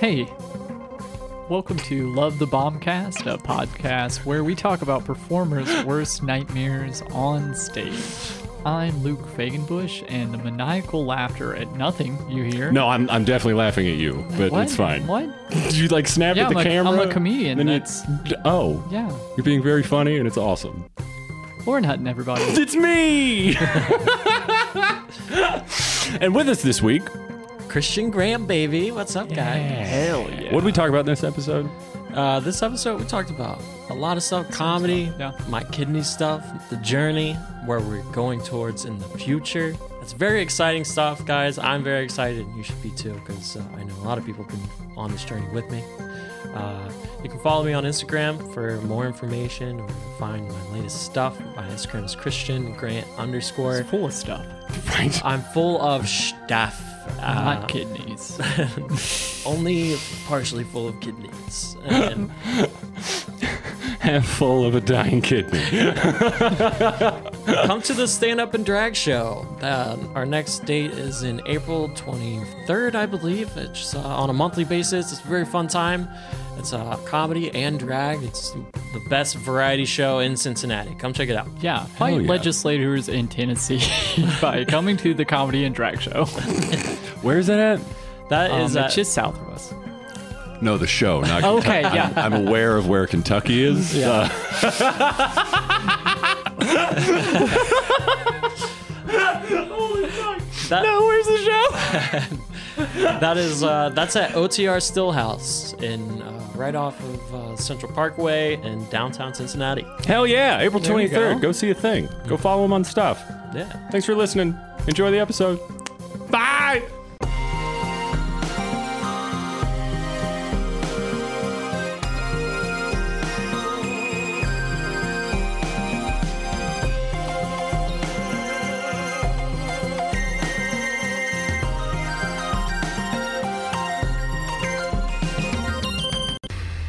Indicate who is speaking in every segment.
Speaker 1: Hey, welcome to Love the Bombcast, a podcast where we talk about performers' worst nightmares on stage. I'm Luke Fagenbush, and the maniacal laughter at nothing you hear.
Speaker 2: No, I'm, I'm definitely laughing at you, but
Speaker 1: What?
Speaker 2: it's fine.
Speaker 1: What?
Speaker 2: You like snap
Speaker 1: Yeah,
Speaker 2: at
Speaker 1: I'm
Speaker 2: the
Speaker 1: a- I'm
Speaker 2: camera.
Speaker 1: a comedian,
Speaker 2: Then you-
Speaker 1: that's-
Speaker 2: oh,
Speaker 1: Yeah,
Speaker 2: you're being very funny, and it's awesome.
Speaker 1: Lauren Hutton, everybody.
Speaker 2: It's me. and with us this week,
Speaker 3: Christian Graham, baby. What's up, guys?
Speaker 1: Hell yeah.
Speaker 2: what did we talk about in this episode?
Speaker 3: Uh, this episode, we talked about a lot of stuff comedy,
Speaker 1: Yeah.
Speaker 3: my kidney stuff, the journey, where we're going towards in the future. That's very exciting stuff, guys. I'm very excited. You should be too, because uh, I know a lot of people have been on this journey with me. Uh, you can follow me on Instagram for more information or find my latest stuff. My Instagram is Christian Grant underscore.
Speaker 1: It's full of stuff.
Speaker 2: Right.
Speaker 3: I'm full of stuff. Uh,
Speaker 2: Uh,
Speaker 1: Not kidneys.
Speaker 3: only partially full of kidneys. And
Speaker 2: Half full of a dying kidney.
Speaker 3: come to the stand up and drag show. Uh, our next date is in April 23rd, I believe. It's uh, on a monthly basis. It's a very fun time. It's uh, comedy and drag. It's the best variety show in Cincinnati. Come check it out.
Speaker 1: Yeah, fight
Speaker 2: yeah.
Speaker 1: legislators in Tennessee by coming to the comedy and drag show.
Speaker 2: Where is that at?
Speaker 3: That
Speaker 1: Um,
Speaker 3: is uh, that.
Speaker 1: it's just south of us.
Speaker 2: No, the show. Not
Speaker 1: Okay,
Speaker 2: Kentucky.
Speaker 1: yeah.
Speaker 2: I'm, I'm aware of where Kentucky is. Uh,
Speaker 3: that-
Speaker 1: where's the show?
Speaker 3: that is uh, that's at OTR Stillhouse in uh, right off of uh, Central Parkway in downtown Cincinnati.
Speaker 2: hell yeah! April
Speaker 3: There you
Speaker 2: 23rd.
Speaker 3: go.
Speaker 2: go see a thing. Go follow him on stuff.
Speaker 3: Yeah.
Speaker 2: Thanks for listening. Enjoy the episode. Bye.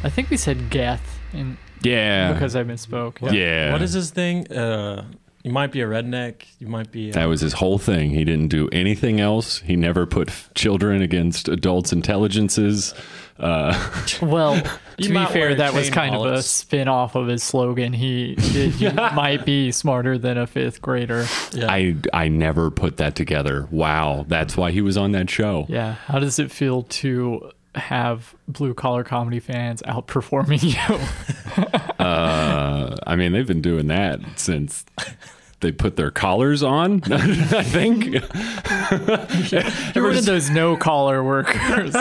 Speaker 1: I think we said Geth, and
Speaker 2: Yeah.
Speaker 1: because I misspoke.
Speaker 2: yeah.
Speaker 3: What is his thing? Uh, you might be a redneck. You might be.
Speaker 2: That
Speaker 3: A,
Speaker 2: was his whole thing. He didn't do anything else. He never put f- children against adults' intelligences. Uh,
Speaker 1: Well, to be
Speaker 3: might
Speaker 1: fair,
Speaker 3: wear
Speaker 1: that was
Speaker 3: chain
Speaker 1: kind of a
Speaker 3: wallets.
Speaker 1: spin off of his slogan. He did, you might be smarter than a fifth grader.
Speaker 3: yeah.
Speaker 2: I I never put that together. Wow, that's why he was on that show.
Speaker 1: Yeah. How does it feel to have blue collar comedy fans outperforming you?
Speaker 2: Uh, I mean, they've been doing that since they put their collars on. I think.
Speaker 1: You were those no collar workers.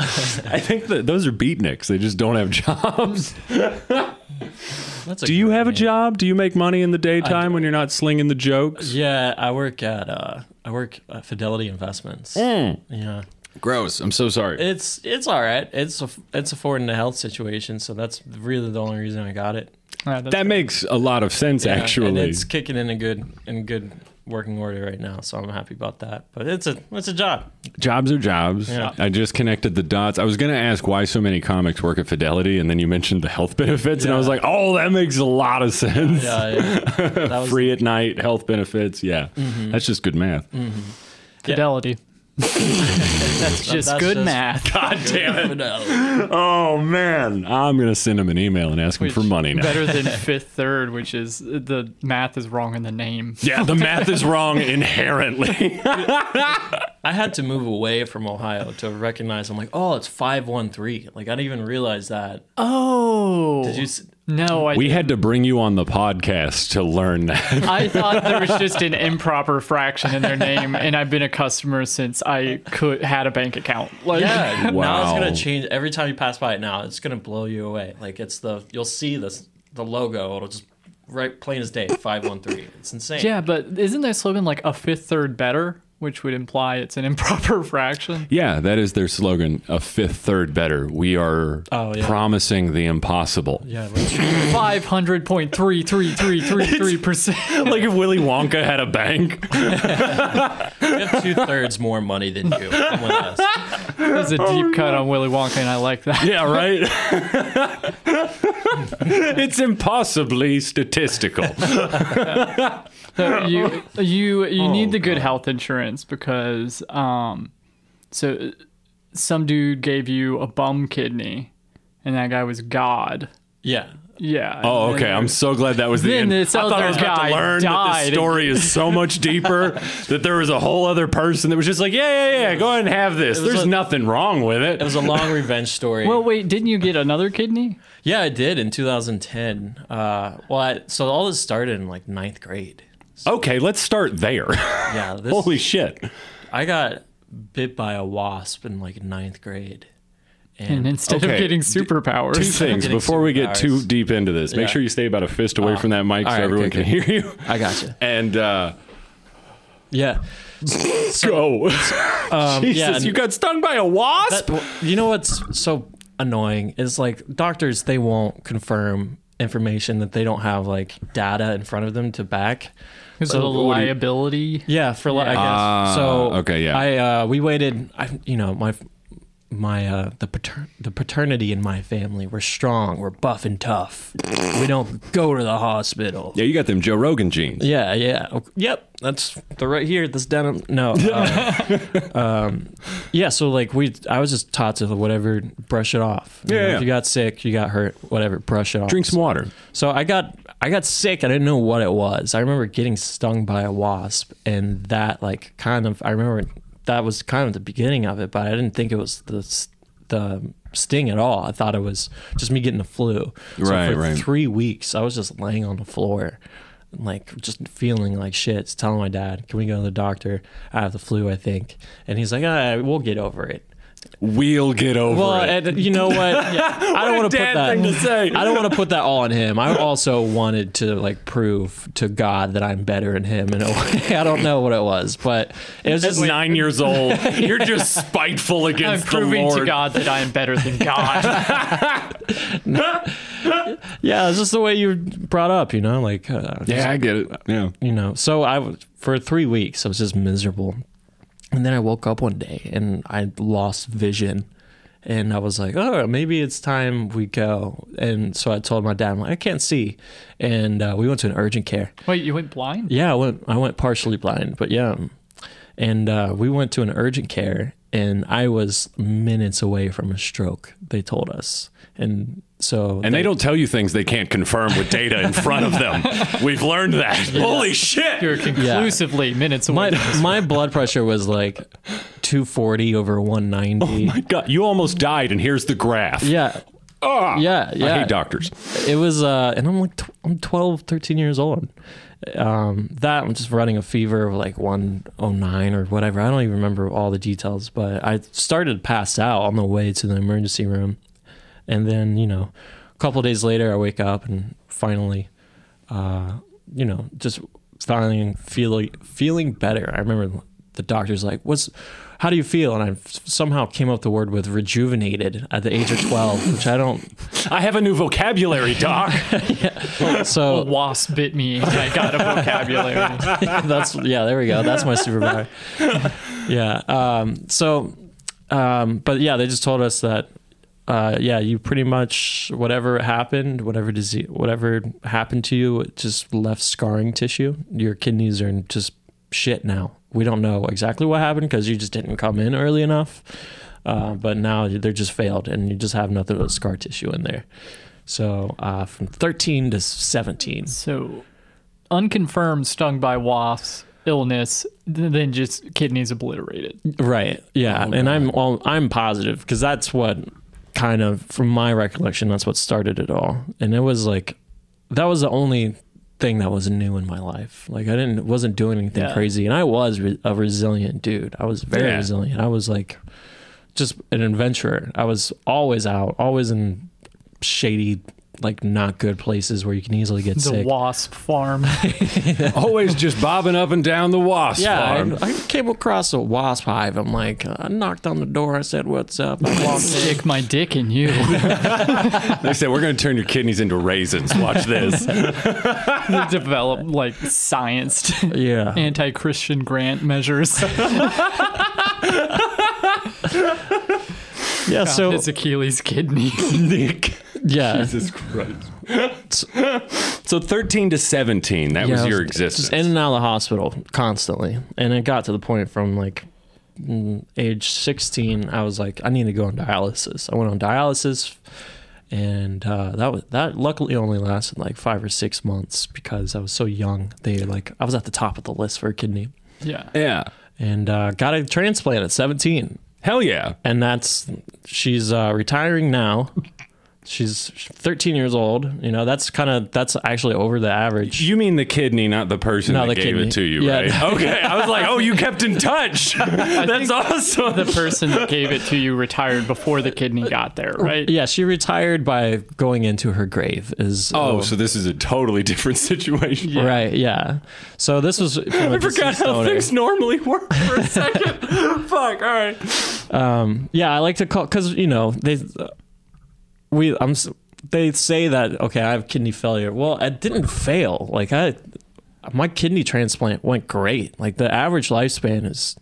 Speaker 2: I think that those are beatniks. They just don't have jobs.
Speaker 3: That's a
Speaker 2: Do you
Speaker 3: great
Speaker 2: have a
Speaker 3: name.
Speaker 2: job? Do you make money in the daytime when you're not slinging the jokes?
Speaker 3: Yeah, I work at uh, I work at Fidelity Investments.
Speaker 2: Eh.
Speaker 3: Yeah,
Speaker 2: Mm. Gross. I'm so sorry.
Speaker 3: it's it's all right. It's a, it's affording the health situation, so that's really the only reason I got it.
Speaker 1: Yeah, that's-
Speaker 2: that makes a lot of sense,
Speaker 3: Yeah,
Speaker 2: actually.
Speaker 3: and it's kicking in a good in good working order right now, so I'm happy about that. But it's a it's a job.
Speaker 2: Jobs are jobs.
Speaker 3: Yeah.
Speaker 2: I just connected the dots. I was going to ask why so many comics work at Fidelity, and then you mentioned the health benefits, and I
Speaker 3: Yeah.
Speaker 2: was like, oh, that makes a lot of sense.
Speaker 3: Yeah, yeah. that was
Speaker 2: Free at night, health benefits. Yeah.
Speaker 3: Mm-hmm.
Speaker 2: That's just good math.
Speaker 1: Fidelity. that's just
Speaker 3: that's
Speaker 1: good
Speaker 3: just-
Speaker 1: math.
Speaker 2: God damn it.
Speaker 3: Fidelity.
Speaker 2: Oh, man. I'm going to send him an email and ask him for
Speaker 1: Which-
Speaker 2: money now.
Speaker 1: Better than fifth third, which is uh, the math is wrong in the name.
Speaker 2: Yeah, the math is wrong inherently.
Speaker 3: I had to move away from Ohio to recognize. I'm like, oh, it's five one three. Like I didn't even realize that.
Speaker 1: Oh.
Speaker 3: Did you s-
Speaker 1: No, I
Speaker 2: we had to bring you on the podcast to learn that.
Speaker 1: I thought there was just an improper fraction in their name, and I've been a customer since I could had a bank account. Like,
Speaker 3: Yeah, now it's
Speaker 2: Wow.
Speaker 3: gonna change every time you pass by it. Now it's gonna blow you away. Like it's the you'll see this the logo. It'll just right plain as day. Five one three. It's insane.
Speaker 1: yeah, but isn't their slogan like a fifth third better, which would imply it's an improper fraction?
Speaker 2: Yeah, that is their slogan a fifth third better. We are
Speaker 3: Oh, yeah.
Speaker 2: promising the impossible.
Speaker 3: yeah. Right.
Speaker 1: Five hundred point three three three three three percent.
Speaker 2: Like if Willy Wonka had a bank.
Speaker 3: You have two thirds more money than you. Someone else.
Speaker 1: There's a deep cut on Willy Wonka, and I like that.
Speaker 2: Yeah, right. it's impossibly statistical.
Speaker 1: So you you you need the good health insurance because um, so some dude gave you a bum kidney, and that guy was God.
Speaker 3: Yeah.
Speaker 1: Yeah.
Speaker 2: Oh,
Speaker 1: and then
Speaker 2: okay. I'm so glad that was the
Speaker 1: Then
Speaker 2: end.
Speaker 1: this
Speaker 2: I thought
Speaker 1: other
Speaker 2: I was about
Speaker 1: guy
Speaker 2: to learn that
Speaker 1: died.
Speaker 2: this story is so much deeper that there was a whole other person that was just like, yeah, yeah, yeah, go ahead and have this. There's
Speaker 3: a-
Speaker 2: nothing wrong with it.
Speaker 3: It was a long revenge story.
Speaker 1: Well, wait, didn't you get another kidney?
Speaker 3: yeah, I did in 2010. Uh, well, I, so all this started in like ninth grade.
Speaker 2: okay, let's start there.
Speaker 3: Yeah. This,
Speaker 2: Holy shit.
Speaker 3: I got bit by a wasp in like ninth grade.
Speaker 1: And instead
Speaker 2: Okay,
Speaker 1: of getting
Speaker 2: d-
Speaker 1: superpowers,
Speaker 2: Two things
Speaker 3: getting
Speaker 2: before we get too
Speaker 3: superpowers.
Speaker 2: deep into this. Make
Speaker 3: Yeah. Oh.
Speaker 2: sure you stay about a fist away from that mic so
Speaker 3: all right,
Speaker 2: everyone
Speaker 3: okay,
Speaker 2: can hear you.
Speaker 3: I got you.
Speaker 2: And uh,
Speaker 3: Yeah.
Speaker 2: go. Jesus,
Speaker 3: um, yeah, and-
Speaker 2: you got stung by a wasp.
Speaker 3: That- you know what's so annoying is like doctors they won't confirm information that they don't have like data in front of them to back.
Speaker 1: there's a
Speaker 2: what do you-
Speaker 1: liability.
Speaker 3: Yeah, for like I guess.
Speaker 2: Ah,
Speaker 3: so
Speaker 2: okay, yeah.
Speaker 3: I uh, we waited. I you know my my uh, the pater- the paternity in my family we're strong, we're buff and tough. we don't go to the hospital.
Speaker 2: yeah, you got them Joe Rogan jeans.
Speaker 3: Yeah, yeah. Okay. Yep, that's the right here. This denim. No. Uh, um, yeah. So like we, I was just taught to whatever, brush it off. You
Speaker 2: Yeah, yeah.
Speaker 3: If you got sick, you got hurt, whatever, brush it off.
Speaker 2: Drink some water.
Speaker 3: So I got, I got sick. I didn't know what it was. I remember getting stung by a wasp, and that like kind of, I remember that was kind of the beginning of it, but I didn't think it was the s- the sting at all. I thought it was just me getting the flu.
Speaker 2: Right,
Speaker 3: for
Speaker 2: right.
Speaker 3: Three weeks, I was just laying on the floor, like just feeling like shit. Just telling my dad, "Can we go to the doctor? I have the flu, I think." And he's like, "Ah, we'll get over it."
Speaker 2: We'll get over
Speaker 3: Well,
Speaker 2: it.
Speaker 3: and you know what? Yeah, I don't
Speaker 2: a
Speaker 3: want to put
Speaker 2: dad
Speaker 3: that.
Speaker 2: thing to say.
Speaker 3: I don't want to put that all on him. I also wanted to like prove to God that I'm better than him in a way. I don't know what it was, but it was just
Speaker 2: nine years old. You're just spiteful
Speaker 1: I'm
Speaker 2: against
Speaker 1: proving to God that I am better than God.
Speaker 3: yeah, it's just the way you were brought up, you know, like uh,
Speaker 2: Yeah, I get it. Yeah.
Speaker 3: you know. So I was for three weeks, I was just miserable, and then I woke up one day and I lost vision, and I was like, oh, maybe it's time we go. And so I told my dad, I'm like, I can't see, and uh, we went to an urgent care.
Speaker 1: wait, you went blind?
Speaker 3: Yeah, I went I went partially blind, but yeah. And uh, we went to an urgent care and I was minutes away from a stroke, they told us. And so
Speaker 2: And they don't tell you things they can't confirm with data in front of them. We've learned that. Holy shit.
Speaker 1: You're conclusively minutes away.
Speaker 3: my my blood pressure was like 240 over 190.
Speaker 2: God, you almost died, and here's the graph.
Speaker 3: yeah.
Speaker 2: Ah,
Speaker 3: Yeah, yeah.
Speaker 2: I hate doctors.
Speaker 3: It was uh and I'm like tw- I'm 12, 13 years old. Um that I'm just running a fever of like 109 or whatever. I don't even remember all the details, but I started to pass out on the way to the emergency room. And then, you know, a couple days later I wake up and finally uh you know, just feeling feeling feeling better. I remember the doctor's like, "What's how do you feel?" And I f- somehow came up the word with rejuvenated at the age of 12, which I don't
Speaker 2: I have a new vocabulary, doc.
Speaker 3: so
Speaker 1: a wasp bit me. and I got a vocabulary.
Speaker 3: that's yeah there we go that's my superpower yeah um so um but yeah they just told us that uh yeah you pretty much whatever happened whatever disease whatever happened to you it just left scarring tissue your kidneys are in just shit now we don't know exactly what happened because you just didn't come in early enough uh, but now they're just failed and you just have nothing but scar tissue in there so uh, from 13 to 17
Speaker 1: So, unconfirmed stung by wasps illness, th- then just kidneys obliterated.
Speaker 3: Right. Yeah.
Speaker 1: Oh,
Speaker 3: and I'm well, I'm positive because that's what kind of from my recollection that's what started it all. And it was like that was the only thing that was new in my life. Like I didn't wasn't doing anything
Speaker 1: Yeah.
Speaker 3: crazy and I was re- a resilient dude. I was very
Speaker 2: Yeah.
Speaker 3: resilient. I was like just an adventurer. I was always out, always in shady like not good places where you can easily get
Speaker 1: The
Speaker 3: sick.
Speaker 1: wasp farm.
Speaker 2: Always just bobbing up and down the wasp
Speaker 3: Yeah,
Speaker 1: um,
Speaker 2: farm.
Speaker 3: I, I came across a wasp hive. I'm like, I knocked on the door. I said, "What's up?" I walked
Speaker 1: Stick my dick in you.
Speaker 2: They said, we're going to turn your kidneys into raisins. Watch this.
Speaker 1: develop like science
Speaker 3: Yeah.
Speaker 1: anti-Christian grant measures.
Speaker 3: yeah. So
Speaker 1: His Achilles kidney.
Speaker 2: Nick.
Speaker 3: yeah.
Speaker 2: Jesus Christ. so 13 to 17, that
Speaker 3: Yeah,
Speaker 2: was
Speaker 3: I
Speaker 2: your
Speaker 3: just
Speaker 2: existence.
Speaker 3: in and out of the hospital constantly, and it got to the point from like mm, age 16, I was like, I need to go on dialysis. I went on dialysis, and uh, that was that. Luckily, only lasted like five or six months because I was so young. They like I was at the top of the list for a kidney,
Speaker 1: Yeah.
Speaker 2: Yeah.
Speaker 3: and uh, got a transplant at 17
Speaker 2: Hell yeah.
Speaker 3: and that's she's uh, retiring now. She's 13 years old. You know, that's kind of that's actually over the average.
Speaker 2: You mean the kidney, not the person
Speaker 3: No,
Speaker 2: that
Speaker 3: the
Speaker 2: gave
Speaker 3: kidney.
Speaker 2: it to you,
Speaker 3: Yeah.
Speaker 2: right? Okay. I was like, oh, you kept in touch. That's awesome.
Speaker 1: The person that gave it to you retired before the kidney got there, right?
Speaker 3: Yeah, she retired by going into her grave. Is
Speaker 2: Oh, so this is a totally different situation.
Speaker 3: right, yeah. So this was from a
Speaker 2: I forgot
Speaker 3: deceased
Speaker 2: how
Speaker 3: owner.
Speaker 2: things normally work for a second. Fuck. All right.
Speaker 3: Um, yeah, I like to call because you know they we I'm s- they say that okay I have kidney failure. Well, I didn't fail. Like I my kidney transplant went great. Like the average lifespan is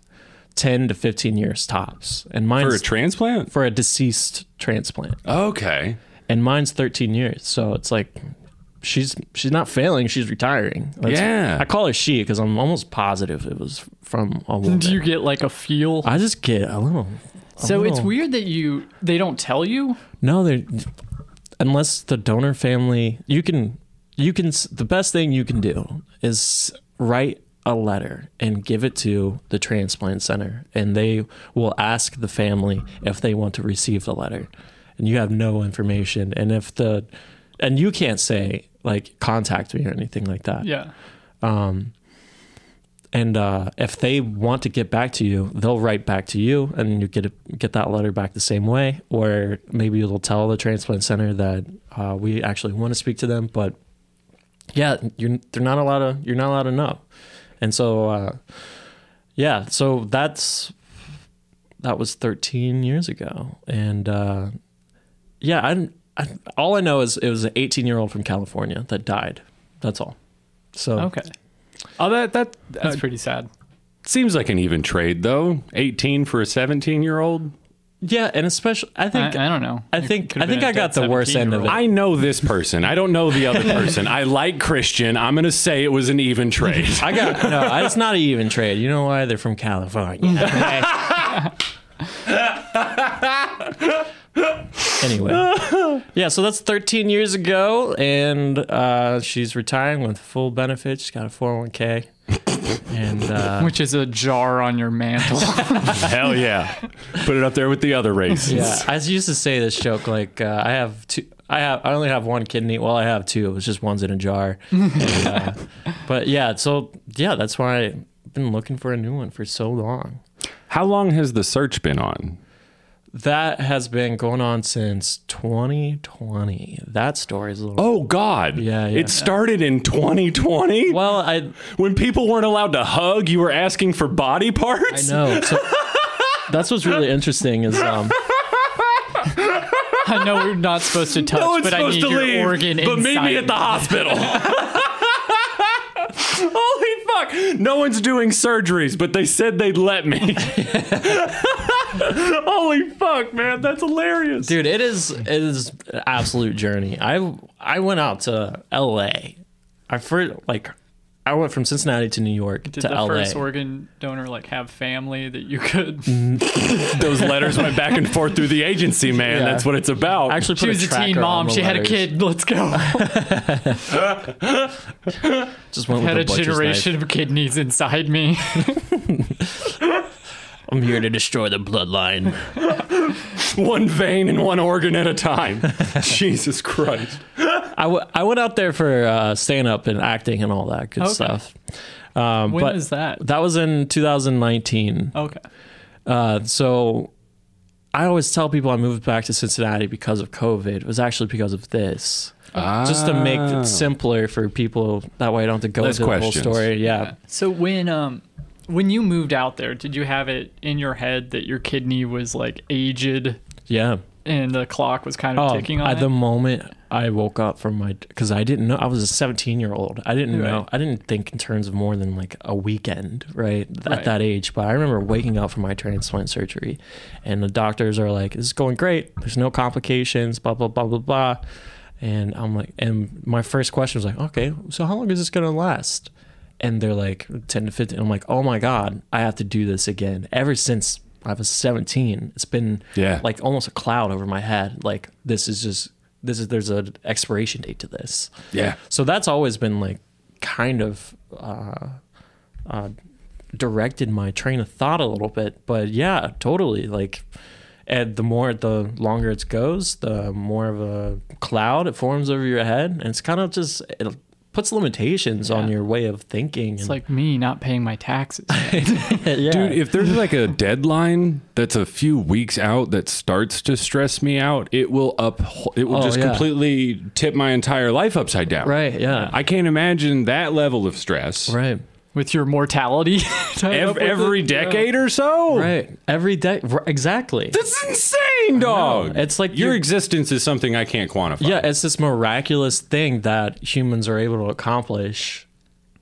Speaker 3: ten to fifteen years tops, and
Speaker 2: For a
Speaker 3: mine's
Speaker 2: transplant?
Speaker 3: for a deceased transplant,
Speaker 2: Okay.
Speaker 3: and mine's thirteen years. So it's like. She's she's not failing. She's retiring. That's-
Speaker 2: Yeah.
Speaker 3: I call her she because I'm almost positive it was from a woman.
Speaker 1: Do you get like a feel?
Speaker 3: I just get a little
Speaker 1: so it's
Speaker 3: oh.
Speaker 1: weird that you they don't tell you.
Speaker 3: No, they unless the donor family, you can you can s- the best thing you can do is write a letter and give it to the transplant center and they will ask the family if they want to receive the letter. And you have no information and if the and you can't say like contact me or anything like that.
Speaker 1: Yeah.
Speaker 3: And uh, if they want to get back to you, they'll write back to you, and you get a, get that letter back the same way. Or maybe they'll tell the transplant center that uh, we actually want to speak to them, but yeah, you're they're not allowed to you're not allowed to know. And so, uh, yeah, so that's that was 13 years ago, and uh, yeah, I, I all I know is it was an 18 year old from California that died. That's all. So
Speaker 1: Okay.
Speaker 2: Oh, that that
Speaker 1: That's pretty sad.
Speaker 2: seems like an even trade, though. 18 for a 17 year old.
Speaker 3: yeah, and especially I
Speaker 1: I,
Speaker 3: think
Speaker 1: I don't know.
Speaker 3: I
Speaker 1: You
Speaker 3: think-
Speaker 1: could've
Speaker 3: I think
Speaker 1: been a
Speaker 3: I got
Speaker 1: dead
Speaker 3: the worst end of
Speaker 1: 17-year-old.
Speaker 2: I know this person. I don't know the other person. I like Christian. I'm gonna say it was an even trade.
Speaker 3: I got no. It's not an even trade. You know why? They're from California. okay? anyway, yeah. So that's 13 years ago, and uh, she's retiring with full benefits. She's got a 401k, and uh,
Speaker 1: Which is a jar on your mantle.
Speaker 2: Hell yeah. Put it up there with the other races.
Speaker 3: yeah. I used to say this joke like uh, I have two. I have I only have one kidney. Well, I have two. It was just one's in a jar. And, uh, but yeah, so yeah, that's why I've been looking for a new one for so long.
Speaker 2: How long has the search been on?
Speaker 3: That has been going on since 2020. That story is a little.
Speaker 2: Oh God.
Speaker 3: Yeah, yeah.
Speaker 2: It started in 2020.
Speaker 3: Well, I
Speaker 2: When people weren't allowed to hug, you were asking for body
Speaker 3: I
Speaker 2: parts.
Speaker 3: know. So that's what's really interesting is um
Speaker 1: I know we're not supposed to touch,
Speaker 2: No one's
Speaker 1: but I
Speaker 2: supposed
Speaker 1: need
Speaker 2: to
Speaker 1: your
Speaker 2: leave.
Speaker 1: organ
Speaker 2: but meet
Speaker 1: inside
Speaker 2: me at the hospital. Holy fuck! No one's doing surgeries, but they said they'd let me. Holy fuck, man, that's hilarious.
Speaker 3: dude, it is it is an absolute journey. I I went out to L.A. I first like I went from Cincinnati to New York
Speaker 1: Did
Speaker 3: to
Speaker 1: the
Speaker 3: L.A.
Speaker 1: first organ donor like have family that you could?
Speaker 2: Those letters went back and forth through the agency, man.
Speaker 3: Yeah.
Speaker 2: That's what it's about.
Speaker 3: I actually
Speaker 1: She
Speaker 3: put
Speaker 1: was a
Speaker 3: tracker
Speaker 1: teen
Speaker 3: on
Speaker 1: mom.
Speaker 3: the
Speaker 1: She had a
Speaker 3: letters.
Speaker 1: kid. Let's go.
Speaker 3: Just went with
Speaker 1: had a
Speaker 3: butcher's knife.
Speaker 1: generation of kidneys inside me.
Speaker 3: I'm here to destroy the bloodline.
Speaker 2: one vein and one organ at a time. Jesus Christ.
Speaker 3: I, w- I went out there for uh, stand up and acting and all that good
Speaker 1: Okay.
Speaker 3: stuff. Um,
Speaker 1: When
Speaker 3: but
Speaker 1: is that?
Speaker 3: That was in 2019.
Speaker 1: Okay.
Speaker 3: Uh, so I always tell people I moved back to Cincinnati because of COVID. It was actually because of this. Just to make it simpler for people. That way I don't have to go
Speaker 2: Ah. Less
Speaker 3: into
Speaker 2: questions.
Speaker 3: the whole story. Yeah.
Speaker 1: So when um when you moved out there, did you have it in your head that your kidney was like aged
Speaker 3: Yeah.
Speaker 1: and the clock was kind of
Speaker 3: Oh,
Speaker 1: ticking on
Speaker 3: at
Speaker 1: it?
Speaker 3: the moment I woke up from my, because I didn't know, I was a 17 year old. I didn't know,
Speaker 1: Right.
Speaker 3: I didn't think in terms of more than like a weekend, right? At
Speaker 1: Right.
Speaker 3: that age. But I remember waking up from my transplant surgery and the doctors are like, this is going great. There's no complications, blah, blah, blah, blah, blah. And I'm like, and my first question was like, okay, so how long is this going to last? and they're like 10 to 15 i'm like oh my god i have to do this again ever since i was 17 it's been
Speaker 2: Yeah.
Speaker 3: like almost a cloud over my head like this is just this is there's an expiration date to this
Speaker 2: Yeah.
Speaker 3: so that's always been like kind of uh, uh, directed my train of thought a little bit. But yeah, totally. Like, and the more the longer it goes, the more of a cloud it forms over your head, and it's kind of just it puts limitations on
Speaker 1: Yeah.
Speaker 3: your way of thinking.
Speaker 1: It's like me not paying my taxes.
Speaker 2: Dude, if there's like a deadline that's a few weeks out that starts to stress me out, it will up it will
Speaker 3: Oh,
Speaker 2: just
Speaker 3: yeah.
Speaker 2: completely tip my entire life upside down.
Speaker 3: right? Yeah,
Speaker 2: I can't imagine that level of stress.
Speaker 3: right.
Speaker 1: with your mortality tied up
Speaker 2: Ev-
Speaker 1: with it.
Speaker 2: every decade or so.
Speaker 3: Right. Every day. r- Exactly.
Speaker 2: That's insane, dog.
Speaker 3: It's like
Speaker 2: your
Speaker 3: you're-
Speaker 2: existence is something I can't quantify.
Speaker 3: Yeah, it's this miraculous thing that humans are able to accomplish,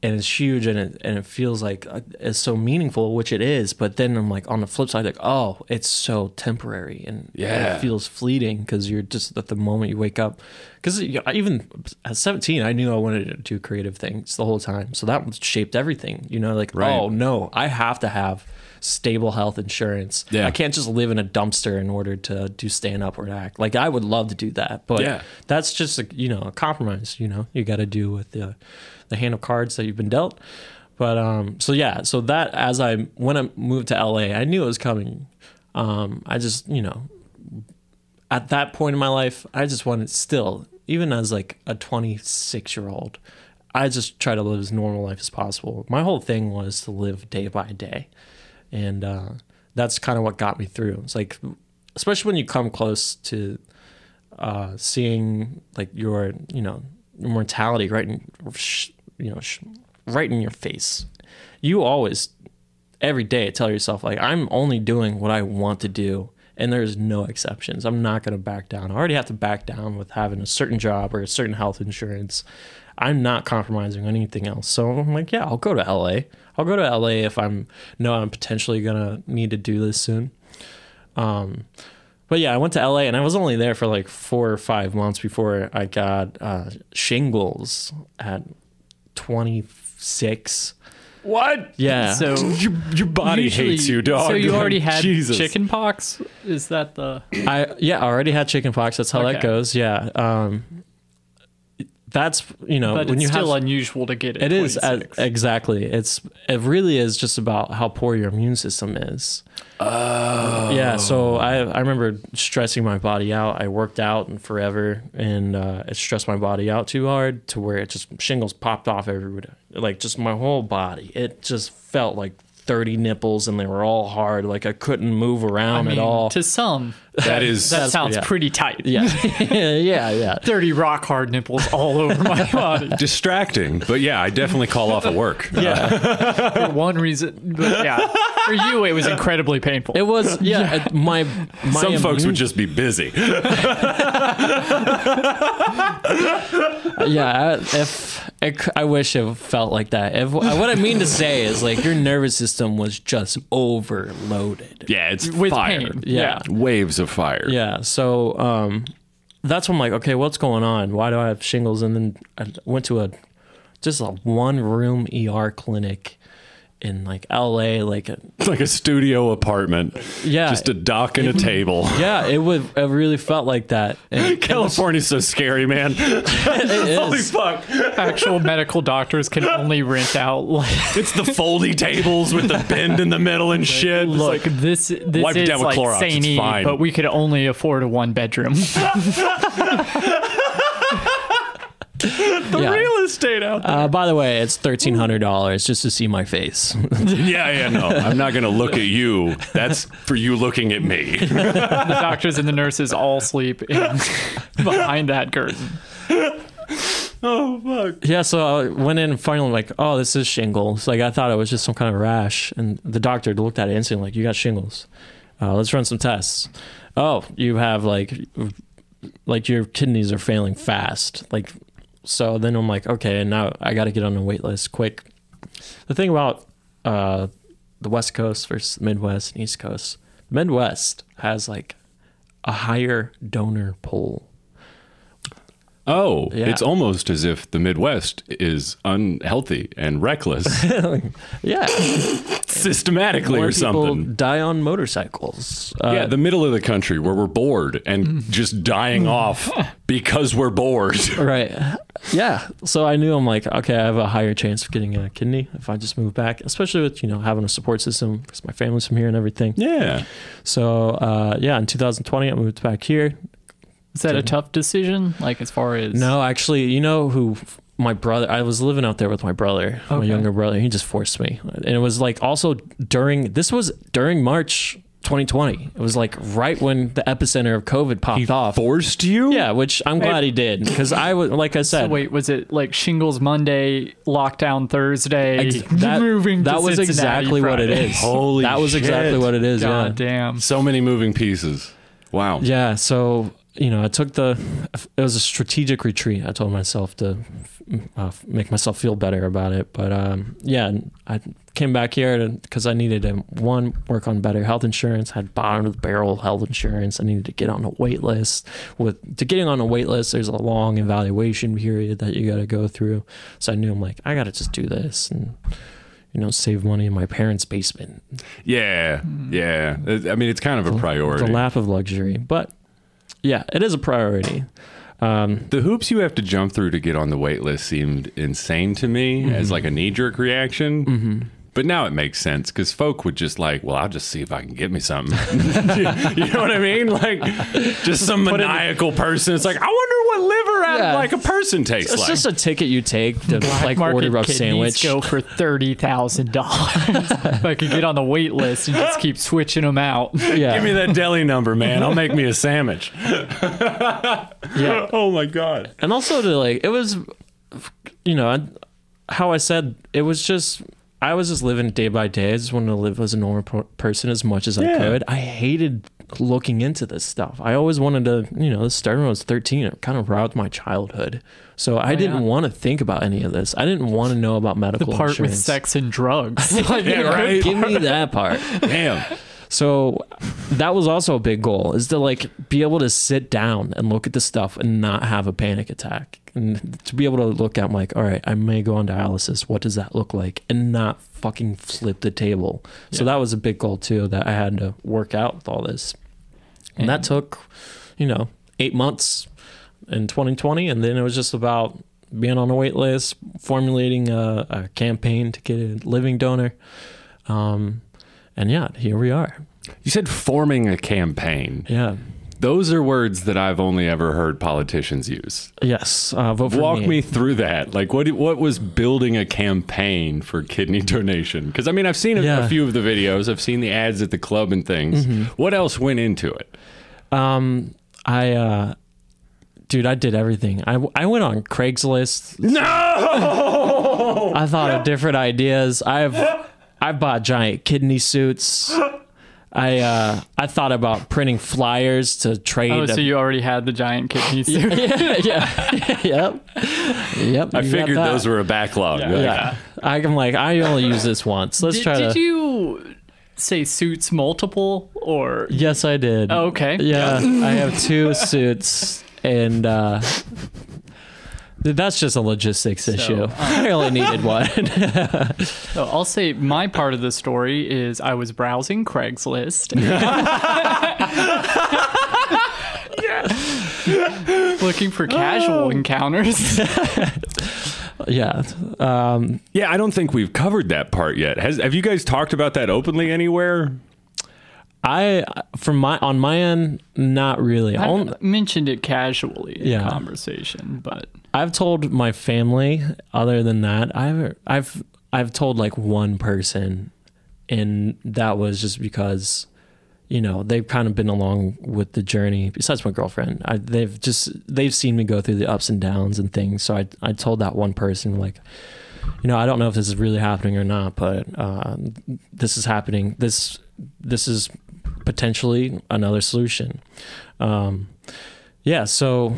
Speaker 3: and it's huge, and it and it feels like uh, it's so meaningful, which it is. But then I'm like on the flip side, like oh, it's so temporary, and
Speaker 2: Yeah.
Speaker 3: it feels fleeting because you're just at the moment you wake up. Because even at 17, I knew I wanted to do creative things the whole time, so that shaped everything. You know, like
Speaker 2: Right.
Speaker 3: oh no, I have to have stable health insurance.
Speaker 2: Yeah.
Speaker 3: I can't just live in a dumpster in order to do stand up or act. Like I would love to do that, but
Speaker 2: Yeah.
Speaker 3: that's just a, you know a compromise. You know, you got to do with the the hand of cards that you've been dealt. But um, so yeah, so that as I when I moved to LA, I knew it was coming. Um, I just you know at that point in my life, I just wanted still, even as like a 26 year old, I just try to live as normal life as possible. My whole thing was to live day by day. And uh, that's kind of what got me through. It's like, especially when you come close to uh, seeing like your, you know, your mortality right in, sh- you know, sh- right in your face. You always every day tell yourself like i'm only doing what i want to do and there's no exceptions i'm not going to back down i already have to back down with having a certain job or a certain health insurance i'm not compromising on anything else so i'm like yeah i'll go to la i'll go to la if i'm no i'm potentially going to need to do this soon um, but yeah, I went to LA and I was only there for like four or five months before I got uh, shingles at 26.
Speaker 2: What?
Speaker 3: Yeah.
Speaker 1: So
Speaker 2: Your, your body
Speaker 1: usually-
Speaker 2: hates you, dog.
Speaker 1: So you already had
Speaker 2: Jesus.
Speaker 1: chicken pox? Is that the
Speaker 3: I yeah, I already had chicken pox. That's how that
Speaker 1: Okay.
Speaker 3: goes. Yeah. Um, that's you know
Speaker 1: but
Speaker 3: when
Speaker 1: it's
Speaker 3: you
Speaker 1: still
Speaker 3: have
Speaker 1: unusual to get at
Speaker 3: it is uh,
Speaker 1: 26.
Speaker 3: exactly. It's it really is just about how poor your immune system is. Oh. Yeah. So I I remember stressing my body out. I worked out and forever, and uh, it stressed my body out too hard to where it just shingles popped off everywhere. Like just my whole body. It just felt like. 30 nipples and they were all hard like i couldn't move
Speaker 1: I
Speaker 3: around
Speaker 1: mean,
Speaker 3: at all
Speaker 1: to some
Speaker 2: That is
Speaker 1: that sounds
Speaker 3: yeah.
Speaker 1: pretty tight.
Speaker 3: yeah yeah yeah
Speaker 1: 30 rock hard nipples all over my body.
Speaker 2: distracting. But yeah, I definitely call off of work.
Speaker 3: yeah
Speaker 1: for one reason. But yeah, for you, it was incredibly painful.
Speaker 3: it was yeah, it- my my
Speaker 2: Some folks
Speaker 3: immune-
Speaker 2: would just be busy.
Speaker 3: yeah I- if it, c- i wish it felt like that if what i mean to say is like your nervous system was just overloaded
Speaker 2: Yeah, it's
Speaker 1: With
Speaker 2: fire.
Speaker 1: pain.
Speaker 3: Yeah.
Speaker 2: Waves of fire.
Speaker 3: yeah so um that's when i'm like okay what's going on why do i have shingles and then i went to a just a one room er clinic in like la like a,
Speaker 2: It's like a studio apartment.
Speaker 3: Yeah.
Speaker 2: Just a dock and a table.
Speaker 3: yeah it would it really felt like that and
Speaker 2: California's so scary, man. Holy fuck.
Speaker 1: Actual medical doctors can only rent out like,
Speaker 2: It's the foldy tables with the bend in the middle and shit. It's
Speaker 1: look
Speaker 2: like,
Speaker 1: this this
Speaker 2: Wipe it
Speaker 1: is
Speaker 2: down with
Speaker 1: like
Speaker 2: Clorox, it's
Speaker 1: sane-y,
Speaker 2: fine.
Speaker 1: but we could only afford a one bedroom.
Speaker 3: the
Speaker 1: estate out there.
Speaker 3: Uh, by the way, it's thirteen hundred dollars just to see my face.
Speaker 2: yeah, yeah, no. I'm not going to look at you. That's for you looking at me.
Speaker 1: The doctors and the nurses all sleep in behind that curtain.
Speaker 2: oh, fuck.
Speaker 3: yeah, so I went in and finally like, oh, this is shingles. Like I thought it was just some kind of rash, and the doctor looked at it instantly like, you got shingles. Uh, let's run some tests. Oh, you have like, like your kidneys are failing fast. Like, so then I'm like, okay, and now I got to get on the wait list quick. The thing about uh, the West Coast versus the Midwest and East Coast, the Midwest has like a higher donor pool.
Speaker 2: Oh,
Speaker 3: Yeah.
Speaker 2: it's almost as if the Midwest is unhealthy and reckless
Speaker 3: Yeah,
Speaker 2: systematically
Speaker 3: more
Speaker 2: or
Speaker 3: people
Speaker 2: something.
Speaker 3: die on motorcycles. Uh,
Speaker 2: yeah, the middle of the country where we're bored and
Speaker 3: Mm-hmm.
Speaker 2: just dying off because we're bored.
Speaker 3: Right. Yeah. So I knew I'm like, okay, I have a higher chance of getting a kidney if I just move back, especially with, you know, having a support system because my family's from here and everything.
Speaker 2: Yeah.
Speaker 3: So, uh, yeah, in 2020, I moved back here.
Speaker 1: Is that a tough decision? Like as far as
Speaker 3: No, actually, you know who my brother, I was living out there with my brother, my
Speaker 1: Okay.
Speaker 3: younger brother. He just forced me. And it was like also during, this was during March 2020. It was like right when the epicenter of COVID popped off.
Speaker 2: Forced you?
Speaker 3: yeah, which I'm glad he did because I was, like I said,
Speaker 1: So wait, was it like shingles Monday, lockdown Thursday,
Speaker 3: Ex- that,
Speaker 1: moving? to
Speaker 3: that was
Speaker 1: Cincinnati
Speaker 3: exactly what it
Speaker 1: Friday?
Speaker 3: is.
Speaker 2: Holy
Speaker 3: that was
Speaker 2: shit.
Speaker 3: exactly what it is.
Speaker 1: God
Speaker 3: yeah.
Speaker 1: damn.
Speaker 2: So many moving pieces. Wow.
Speaker 3: Yeah. So you know, I took the. It was a strategic retreat. I told myself to uh, make myself feel better about it. But um, yeah, and I came back here because I needed to one work on better health insurance. I had bottom of the barrel health insurance. I needed to get on a wait list. With to getting on a wait list, there's a long evaluation period that you got to go through. So I knew I'm like, I got to just do this and. You know, save money in my parents' basement.
Speaker 2: Yeah. Yeah. It- I mean, it's kind of a priority.
Speaker 3: Mm-hmm. The lap of luxury, but yeah, it is a priority. Um,
Speaker 2: The hoops you have to jump through to get on the wait list seemed insane to me
Speaker 3: Mm-hmm.
Speaker 2: as like a knee jerk reaction. But now it makes sense because folk would just like, well, I'll just see if I can get me something. you, you know what I mean? Like, just some maniacal person. It's like, I wonder what liver out
Speaker 3: Yeah.
Speaker 2: of like a person tastes
Speaker 3: it's
Speaker 2: like.
Speaker 3: just a ticket you take to like
Speaker 1: Market
Speaker 3: order up
Speaker 1: kidneys
Speaker 3: sandwich.
Speaker 1: go for thirty thousand dollars. if I could get on the wait list and just keep switching them out.
Speaker 3: Yeah,
Speaker 2: Give me that deli number, man. I'll make me a sandwich.
Speaker 3: yeah.
Speaker 2: oh my god.
Speaker 3: And also to like, it was, you know, I- how I said it was just. I was just living day by day. I just wanted to live as a normal per- person as much as I
Speaker 2: Yeah.
Speaker 3: could. I hated looking into this stuff. I always wanted to, you know, this started when I was 13. It kind of robbed my childhood. So I didn't
Speaker 1: Oh, yeah.
Speaker 3: want to think about any of this. I didn't want to know about medical
Speaker 1: Part
Speaker 3: insurance.
Speaker 1: with sex and drugs. Like,
Speaker 2: Yeah, right.
Speaker 3: Give me that part.
Speaker 2: Damn.
Speaker 3: So that was also a big goal is to like be able to sit down and look at the stuff and not have a panic attack and to be able to look at like all right I may go on dialysis what does that look like and not fucking flip the table. So that was a big goal too that I had to work out with all this. And that took you know 8 months in 2020 and then it was just about being on a wait list, formulating a, a campaign to get a living donor. Um and yeah, here we are.
Speaker 2: You said forming a campaign.
Speaker 3: Yeah.
Speaker 2: Those are words that I've only ever heard politicians use.
Speaker 3: Yes. Uh, vote for
Speaker 2: Walk me through that. Like, what what was building a campaign for kidney donation? Because I mean, I've seen a, a
Speaker 3: Yeah.
Speaker 2: few of the videos, I've seen the ads at the club and things. What else went into it?
Speaker 3: Um, I, uh, dude, I did everything. I, I went on Craigslist.
Speaker 2: No,
Speaker 3: I thought of different ideas. I've I bought giant kidney suits. I uh, I thought about printing flyers to trade.
Speaker 1: oh,
Speaker 3: the-
Speaker 1: so you already had the giant kidney suit.
Speaker 3: yeah, yeah, yep, yep.
Speaker 2: I figured those were a backlog. Like,
Speaker 3: Yeah, I'm like I only use this once. Let's
Speaker 1: Did,
Speaker 3: try
Speaker 1: did
Speaker 3: to.
Speaker 1: you say suits multiple or?
Speaker 3: Yes, I did.
Speaker 1: Oh, okay.
Speaker 3: Yeah, I have two suits, and uh, th- that's just a logistics issue. I only needed one.
Speaker 1: So I'll say my part of the story is I was browsing Craigslist. Looking for
Speaker 3: Oh.
Speaker 1: casual encounters.
Speaker 3: yeah, um,
Speaker 2: Yeah, I don't think we've covered that part yet. Has have you guys talked about that openly anywhere?
Speaker 3: I from my on my end, not really.
Speaker 1: I
Speaker 3: Only,
Speaker 1: mentioned it casually in
Speaker 3: Yeah.
Speaker 1: conversation, but
Speaker 3: I've told my family. Other than that, I've I've I've told like one person, and that was just because, you know, they've kind of been along with the journey. Besides my girlfriend, I, they've just they've seen me go through the ups and downs and things. So I I told that one person like, you know, I don't know if this is really happening or not, but uh, this is happening. This this is potentially another solution. Um, yeah. So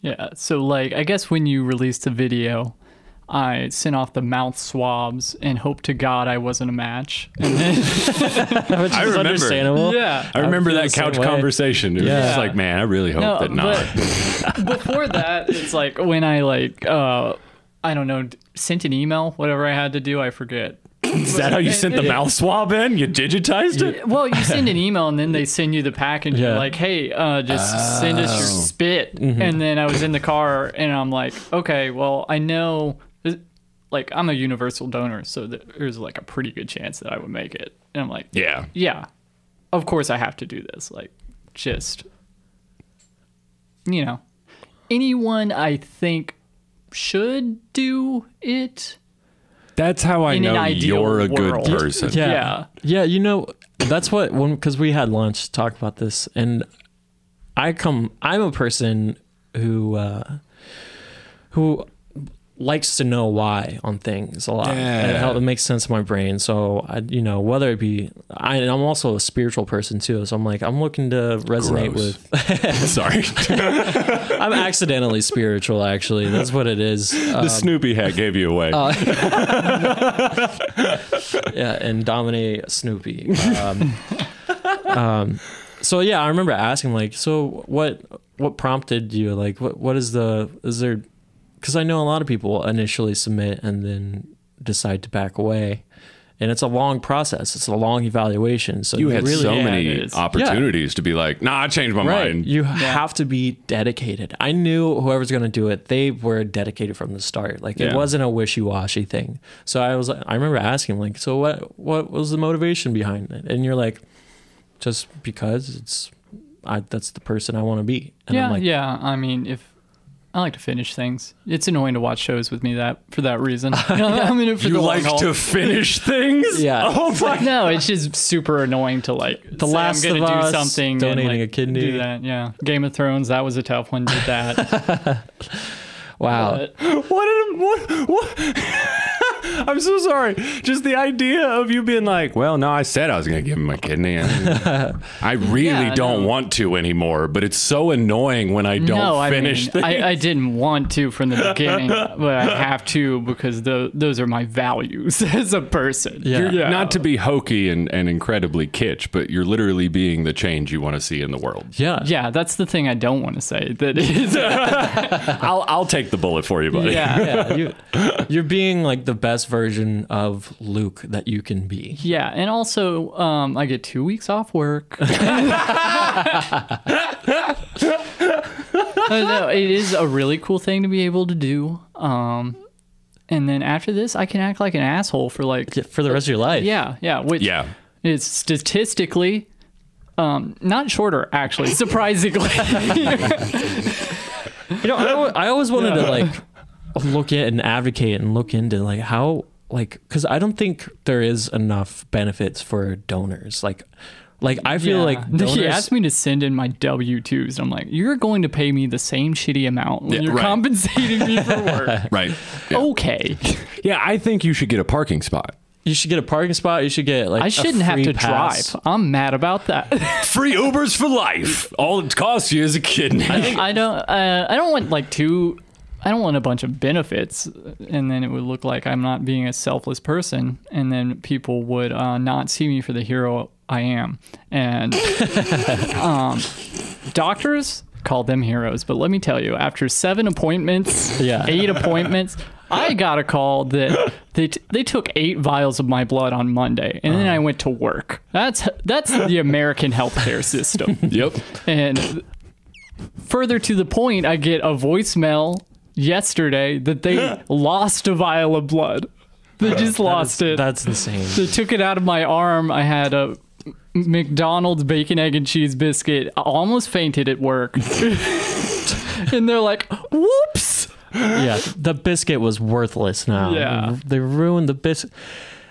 Speaker 1: yeah. So like I guess when you released the video, I sent off the mouth swabs and hoped to God I wasn't a match. And then,
Speaker 3: Which
Speaker 2: I
Speaker 3: is
Speaker 2: remember.
Speaker 3: understandable.
Speaker 1: yeah.
Speaker 2: I remember
Speaker 3: feel
Speaker 2: that
Speaker 3: the
Speaker 2: couch
Speaker 3: same way.
Speaker 2: conversation. It was
Speaker 3: Yeah.
Speaker 2: just like, man, I really hope that not.
Speaker 1: but before that, it's like when I like uh I don't know d- sent an email, whatever I had to do, I forget.
Speaker 2: Is that how you sent the mouth swab in? You digitized it?
Speaker 1: Well, you send an email and then they send you the package. You're
Speaker 3: Yeah.
Speaker 1: like, hey, uh, just send us your spit. And then I was in the car and I'm like, okay, well, I know, like, I'm a universal donor, so th- there's like a pretty good chance that I would make it. And I'm like,
Speaker 2: Yeah.
Speaker 1: yeah, of course I have to do this. Like, just, you know, anyone I think should do it.
Speaker 2: That's how I
Speaker 1: In an
Speaker 2: know
Speaker 1: ideal
Speaker 2: you're a
Speaker 1: world.
Speaker 2: good person.
Speaker 3: Yeah.
Speaker 1: Yeah.
Speaker 3: yeah. you know, that's what when cuz we had lunch to talk about this and I come I'm a person who uh who likes to know why on things a lot.
Speaker 2: Yeah.
Speaker 3: It, help, it makes sense in my brain. So I you know, whether it be I and I'm also a spiritual person too. So I'm like I'm looking to resonate
Speaker 2: Gross.
Speaker 3: with
Speaker 2: Sorry.
Speaker 3: I'm accidentally spiritual actually. That's what it is.
Speaker 1: Um,
Speaker 2: the Snoopy hat gave you away.
Speaker 1: uh,
Speaker 3: yeah, and dominate Snoopy. Um, um, so yeah, I remember asking like, so what what prompted you? Like, what what is the is there? Because I know a lot of people initially submit and then decide to back away, and it's a long process. It's a long evaluation. So
Speaker 2: you had
Speaker 3: really
Speaker 2: so
Speaker 1: yeah, it
Speaker 2: many
Speaker 1: is.
Speaker 2: opportunities to be like, nah, I changed my
Speaker 3: Right.
Speaker 2: mind.
Speaker 3: You have to be dedicated. I knew whoever's going to do it, they were dedicated from the start. Like
Speaker 2: Yeah.
Speaker 3: it wasn't a wishy-washy thing. So I was I remember asking like, "So what what was the motivation behind it?" And you're like, "Just because it's I that's the person I want to be." And
Speaker 1: yeah,
Speaker 3: I'm like,
Speaker 1: yeah. I mean, if I like to finish things, it's annoying to watch shows with me that for that reason. I'm in it for
Speaker 2: You
Speaker 1: the long
Speaker 2: like
Speaker 1: haul.
Speaker 2: to finish things?
Speaker 3: Yeah.
Speaker 2: Oh my
Speaker 1: no, it's just super annoying to like. The
Speaker 3: Last
Speaker 1: I'm gonna
Speaker 3: of
Speaker 1: do
Speaker 3: Us,
Speaker 1: something,
Speaker 3: donating
Speaker 1: and, like,
Speaker 3: a kidney.
Speaker 1: Do that, yeah. Game of Thrones, that was a tough one. Did that,
Speaker 3: "Wow."
Speaker 1: but
Speaker 2: What? An, what? What? I'm so sorry. Just the idea of you being like, well, no, I said I was going to give him my kidney. I, I really
Speaker 1: Yeah,
Speaker 2: don't
Speaker 1: no.
Speaker 2: want to anymore, but it's so annoying when I don't
Speaker 1: no,
Speaker 2: finish
Speaker 1: I mean,
Speaker 2: things.
Speaker 1: I, I didn't want to from the beginning, but I have to because tho- those are my values as a person.
Speaker 3: Yeah.
Speaker 1: yeah.
Speaker 2: Not to be hokey and, and incredibly kitsch, but you're literally being the change you want to see in the world.
Speaker 3: Yeah.
Speaker 1: yeah, that's the thing I don't want to say. That is,
Speaker 2: I'll, I'll take the bullet for you, buddy.
Speaker 1: yeah.
Speaker 3: yeah, you, you're being like the best version of Luke that you can be.
Speaker 1: Yeah, and also um, I get two weeks off work. I don't know, it is a really cool thing to be able to do. Um, and then after this, I can act like an asshole for like
Speaker 3: For the rest of your life.
Speaker 1: yeah, yeah, which
Speaker 2: Yeah.
Speaker 1: is statistically um, not shorter actually, surprisingly.
Speaker 3: you know, I, al- I always wanted to like look at and advocate and look into like how like because I don't think there is enough benefits for donors. Like, like I feel like
Speaker 1: Yeah.
Speaker 3: donors.
Speaker 1: he asked me to send in my W twos. I'm like, you're going to pay me the same shitty amount when
Speaker 2: Yeah,
Speaker 1: you're
Speaker 2: right.
Speaker 1: compensating me for work.
Speaker 2: Right.
Speaker 1: Oh.
Speaker 2: Yeah.
Speaker 1: Okay.
Speaker 2: yeah, I think you should get a parking spot.
Speaker 3: you should get a parking spot. You should get like
Speaker 1: I
Speaker 3: a
Speaker 1: shouldn't have
Speaker 3: free
Speaker 1: to
Speaker 3: pass.
Speaker 1: drive. I'm mad about that.
Speaker 2: Free Ubers for life. All it costs you is a kidney.
Speaker 1: I don't. Uh, I don't want like two. I don't want a bunch of benefits, and then it would look like I'm not being a selfless person, and then people would uh, not see me for the hero I am. And um, doctors call them heroes, but let me tell you, after seven appointments,
Speaker 3: Yeah.
Speaker 1: eight appointments. I got a call that they, t- they took eight vials of my blood on Monday, and then I went to work. That's that's the American healthcare system.
Speaker 2: Yep.
Speaker 1: And further to the point, I get a voicemail yesterday that they lost a vial of blood. They just lost it.
Speaker 3: That's insane.
Speaker 1: They took it out of my arm. I had a McDonald's bacon, egg, and cheese biscuit. I almost fainted at work. and they're like, whoops.
Speaker 3: yeah, the biscuit was worthless now.
Speaker 1: Yeah.
Speaker 3: they ruined the biscuit.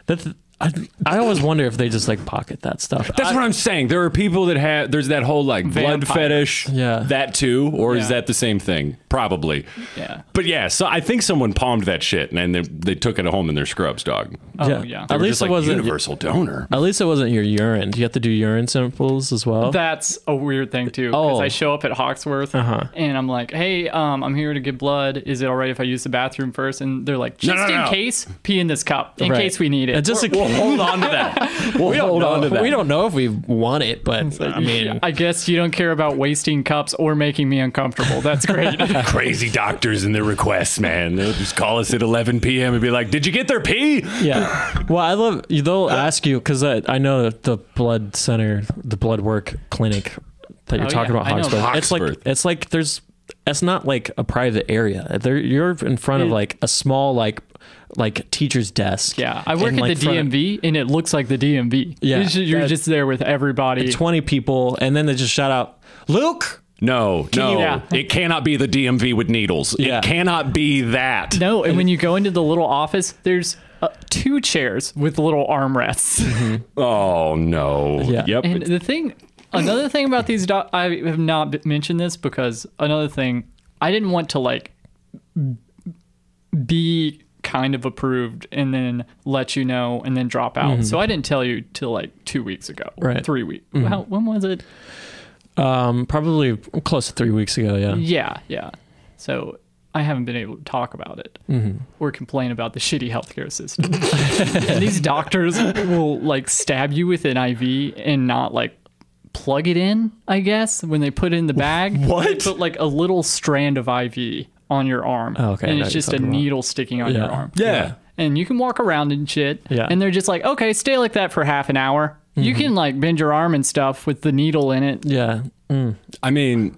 Speaker 3: That I, I always wonder if they just like pocket that stuff.
Speaker 2: That's
Speaker 3: I-
Speaker 2: what I'm saying. There are people that have. There's that whole like blood
Speaker 1: Vampires.
Speaker 2: fetish.
Speaker 3: Yeah.
Speaker 2: That too, or
Speaker 1: Yeah.
Speaker 2: is that the same thing? Probably.
Speaker 1: Yeah.
Speaker 2: But yeah, so I think someone palmed that shit and then they, they took it home in their scrubs, dog.
Speaker 1: Oh,
Speaker 3: yeah.
Speaker 1: yeah.
Speaker 2: They
Speaker 3: At
Speaker 2: were
Speaker 3: least
Speaker 2: just
Speaker 3: it
Speaker 2: like
Speaker 3: wasn't.
Speaker 2: universal donor.
Speaker 3: At least it wasn't your urine. You have to do urine samples as well.
Speaker 1: That's a weird thing too. Because
Speaker 3: Oh. Uh-huh.
Speaker 1: I show up at Hawksworth and I'm like, "Hey, um, I'm here to get blood. Is it all right if I use the bathroom first? And they're like, "Just
Speaker 2: no,
Speaker 1: in
Speaker 2: no.
Speaker 1: case, pee in this cup in
Speaker 3: Right.
Speaker 1: case we need it."
Speaker 3: Uh, just in
Speaker 2: We'll
Speaker 3: case.
Speaker 2: hold on to that. We'll
Speaker 3: we don't
Speaker 2: hold
Speaker 3: know.
Speaker 2: on to that.
Speaker 3: We don't know if we want it, but I mean,
Speaker 1: I guess you don't care about wasting cups or making me uncomfortable. That's great.
Speaker 2: crazy doctors and their requests, man. They'll just call us at 11 p.m. and be like, "Did you get their pee?"
Speaker 3: yeah. Well, I love they'll ask you because I, I know that the blood center, the blood work clinic that you're
Speaker 1: Oh,
Speaker 3: talking
Speaker 1: yeah.
Speaker 3: about,
Speaker 1: I know
Speaker 3: Hawksworth.
Speaker 1: that.
Speaker 3: It's like
Speaker 2: Hawksworth.
Speaker 3: it's like there's it's not like a private area. There you're in front of
Speaker 1: It-
Speaker 3: like a small like like teacher's desk.
Speaker 1: yeah, I work
Speaker 3: and,
Speaker 1: at
Speaker 3: like,
Speaker 1: the
Speaker 3: front of-
Speaker 1: DMV, and it looks like the DMV.
Speaker 3: Yeah,
Speaker 1: It's just- you're
Speaker 3: that-
Speaker 1: just there with everybody.
Speaker 3: Twenty people, and then they just shout out, "Luke!"
Speaker 2: No, no.
Speaker 1: Yeah.
Speaker 2: It cannot be the DMV with needles.
Speaker 3: Yeah.
Speaker 2: It cannot be that.
Speaker 1: no, and when you go into the little office, there's uh, two chairs with little armrests.
Speaker 2: Oh no.
Speaker 3: Yeah.
Speaker 2: Yep.
Speaker 1: And the thing, another thing about these, doc- I have not b- mentioned this because another thing, I didn't want to like b- be kind of approved and then let you know and then drop out. So I didn't tell you till like two weeks ago,
Speaker 3: Right.
Speaker 1: Three weeks. How, when was it?
Speaker 3: Um, probably close to three weeks ago. Yeah.
Speaker 1: Yeah, yeah. So I haven't been able to talk about it
Speaker 3: Mm-hmm.
Speaker 1: or complain about the shitty healthcare system. and these doctors will like stab you with an IV and not like plug it in, I guess, when they put it in the bag. They
Speaker 2: what?
Speaker 1: put like a little strand of IV on your arm.
Speaker 3: Oh, okay, I
Speaker 1: And
Speaker 3: know
Speaker 1: it's
Speaker 3: you're
Speaker 1: just a
Speaker 3: talking about.
Speaker 1: needle sticking on your
Speaker 3: Yeah.
Speaker 1: arm.
Speaker 2: yeah.
Speaker 1: And you can walk around and shit.
Speaker 3: Yeah. Mm-hmm.
Speaker 1: And they're just like, okay, stay like that for half an hour. You can like bend your arm and stuff with the needle in it.
Speaker 3: Yeah.
Speaker 2: I mean,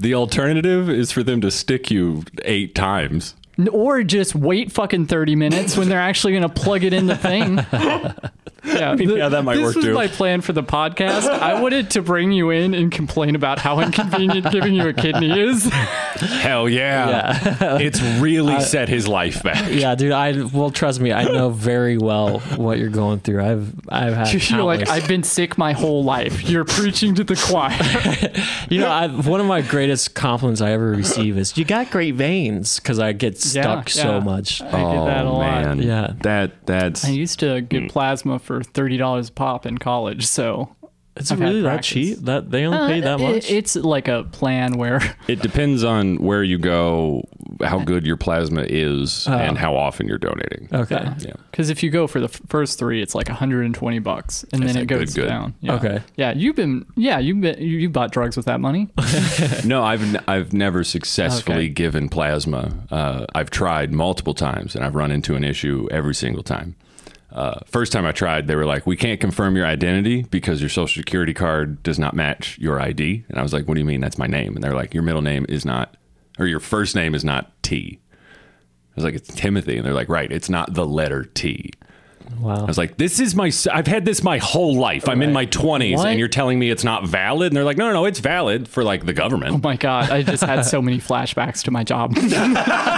Speaker 2: the alternative is for them to stick you eight times.
Speaker 1: N- or just wait fucking 30 minutes when they're actually going to plug it in the thing. Yeah,
Speaker 2: yeah, that might
Speaker 1: this
Speaker 2: work
Speaker 1: was
Speaker 2: too.
Speaker 1: my plan for the podcast. I wanted to bring you in and complain about how inconvenient giving you a kidney is.
Speaker 2: Hell yeah. it's really set his life back.
Speaker 3: Yeah, dude. I well, trust me. I know very well what you're going through. I've I've had.
Speaker 1: You're like,
Speaker 3: countless-
Speaker 1: I've been sick my whole life. You're preaching to the choir.
Speaker 3: You know, I've, one of my greatest compliments I ever receive is "You got great veins" because I get stuck
Speaker 1: yeah.
Speaker 3: so much.
Speaker 1: I
Speaker 2: Oh,
Speaker 1: get that a lot.
Speaker 3: Yeah.
Speaker 2: That that's
Speaker 1: I used to
Speaker 2: Mm.
Speaker 1: get plasma for $30 a pop in college, so.
Speaker 3: Is
Speaker 1: I've
Speaker 3: it
Speaker 1: had
Speaker 3: really that
Speaker 1: practice.
Speaker 3: cheap? That they only paid that
Speaker 1: Uh, it-
Speaker 3: much?
Speaker 1: it's like a plan where
Speaker 2: it depends on where you go, how good your plasma is,
Speaker 1: Uh-huh.
Speaker 2: and how often you're donating.
Speaker 3: okay.
Speaker 2: Yeah.
Speaker 1: Because if you go for the f- first three, it's like 120 bucks, and then
Speaker 2: That's
Speaker 1: it
Speaker 2: a good,
Speaker 1: goes
Speaker 2: good.
Speaker 1: down. Yeah.
Speaker 3: Okay.
Speaker 1: Yeah, you've been. Yeah, you've been. You, you bought drugs with that money. Oh
Speaker 2: No, I've n- I've never successfully
Speaker 1: Okay.
Speaker 2: given plasma. Uh, I've tried multiple times, and I've run into an issue every single time. Uh, first time I tried, they were like, "We can't confirm your identity because your social security card does not match your ID." And I was like, "What do you mean? That's my name." And they're like, "Your middle name is not, or your first name is not T." I was like, "It's Timothy," and they're like, "Right, it's not the letter T."
Speaker 3: Wow.
Speaker 2: I was like, "This is my. I've had this my whole life. I'm in my 20s,
Speaker 1: What?
Speaker 2: and you're telling me it's not valid." And they're like, "No, no, no, it's valid for like the government."
Speaker 1: Oh My God, I just had so many flashbacks to my job.